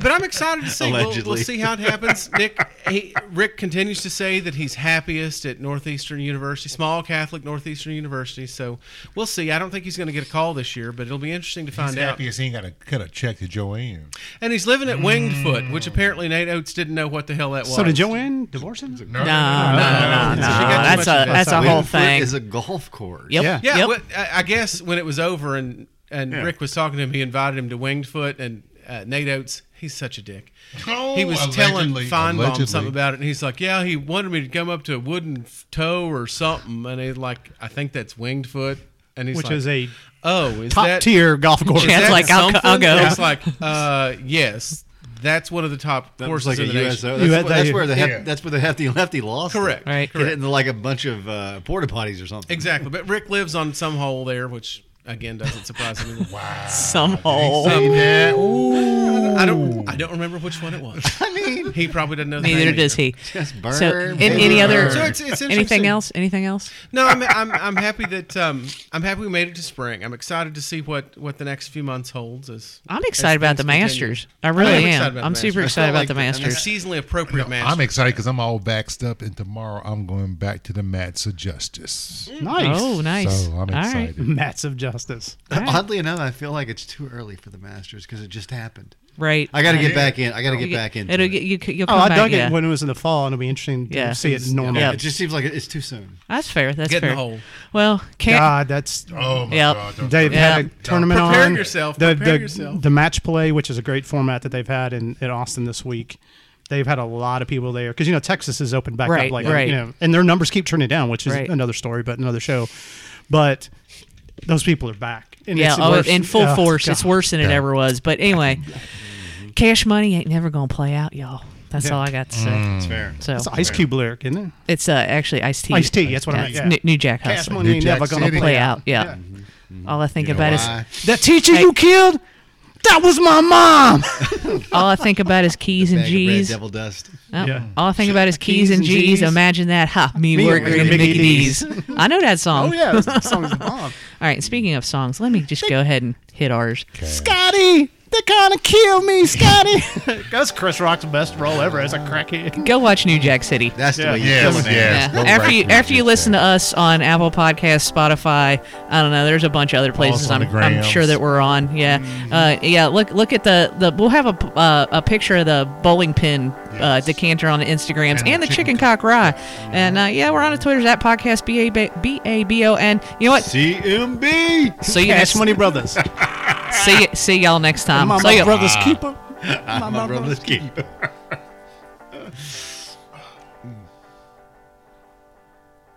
but I'm excited to see. We'll, we'll Allegedly. see how it happens. Nick, he, Rick continues to say that he's happiest at Northeastern University, small Catholic Northeastern University. So we'll see. I don't think he's going to get a call this year, but it'll be interesting to He's find out. happy as he ain't got to cut a check to Joanne. And he's living at Winged Foot, which apparently Nate Oates didn't know what the hell that was. So did Joanne divorce him? No, No, no, no, no. got too That's much a of that. that's a Winged whole Foot thing. Is a golf course. Yep. Yeah. Yeah, Yep. well, I I guess when it was over and and Rick was talking to him, he invited him to Winged Foot and uh, Nate Oates. He's such a dick. Oh, he was allegedly, telling Feinbaum allegedly. something about it, and he's like, "Yeah, he wanted me to come up to a wooden f- toe or something," and he's like, "I think that's Winged Foot," and he's Which like, is a oh, is top that, tier golf course. is that Chad's like, "I'll co- I'll something?" go. And It's like, uh, yes, that's one of the top That was courses like a in the nation. USO. You had That's, wh- that- that's where the hef- Yeah. that's where the hefty lefty lost. it. Correct. Right. Get into like a bunch of uh, porta potties or something. Exactly. But Rick lives on some hole there, which again doesn't surprise me. Wow. Some Did he hole. say that? Ooh. I don't. I don't remember which one it was. I mean, He probably doesn't know. the Neither name does either. he. just burn. So, an- baby, any other burn. So it's, it's interesting. anything else? Anything else? No, I'm, I'm, I'm happy that um, I'm happy we made it to spring. I'm excited to see what, what the next few months holds. As I'm as excited about the things continue. Masters. I really excited am. about the I'm super Masters. excited I about felt the like the- The Masters. seasonally appropriate Masters. I'm excited because I'm all vaxxed up, and tomorrow I'm going back to the mats of justice. nice. Oh, Oh, nice. So I'm All right. excited. Mats of ju- Masters. Oddly enough, I feel like it's too early for the Masters because it just happened. right? I got to get back in. I got to get back in. It'll get you. You'll Oh, come I back, dug yeah. it when it was in the fall, and it'll be interesting to Yeah. see it normal. Yeah. It just seems like it's too soon. That's fair. That's Get in fair. the hole. Well, can't God, that's Oh my Yep. god! don't- They've Yeah. had a tournament Prepare on. yourself, The, prepare the, yourself. The match play, which is a great format that they've had in, in Austin this week. They've had a lot of people there because you know Texas is opened back Right, up, like right. you know, and their numbers keep turning down, which is Right. another story, but another show. But those people are back, and yeah, it's oh, worse- in full oh, force. God. It's worse than it ever was. But anyway, Cash Money ain't never gonna play out, y'all. That's all I got to say. Mm. It's fair. So It's an Ice Cube lyric, isn't it? it's uh, actually Ice T. Ice T, that's what I meant, yeah. New Jack Cash Hustle. money New ain't Jack never gonna City. play play out. Yeah. Mm-hmm. All I think You know about why? is That teacher Hey. you killed, that was my mom. all I think about is keys and Bag of red G's. devil dust. Oh, Yeah. All I think about is keys, and G's. Imagine that. Ha, me, Me working working at at Mickey Mickey D's. I know that song. oh yeah, that song's the bomb. All right. Speaking of songs, let me just go ahead and hit ours. Scotty, they're gonna kill me, Scotty. That's Chris Rock's best role ever as a crackhead. Go watch New Jack City. That's the Yeah. way you Yes, do it, man. yes. Yeah. go After right you to after you Jack. listen to us on Apple Podcasts, Spotify, I don't know. There's a bunch of other places Also on I'm, the I'm Grams. sure that we're on. Yeah, uh, yeah. Look look at the, the we'll have a p- uh, a picture of the bowling pin uh, decanter on the Instagrams and, And the the chicken cock rye. And uh, yeah, we're on the Twitter's at podcast b a b a b o. And you know what? CMB. See you Cash next, Money Brothers. see y- see y'all next time. My, See my ya. brother's keeper. My brother's keeper.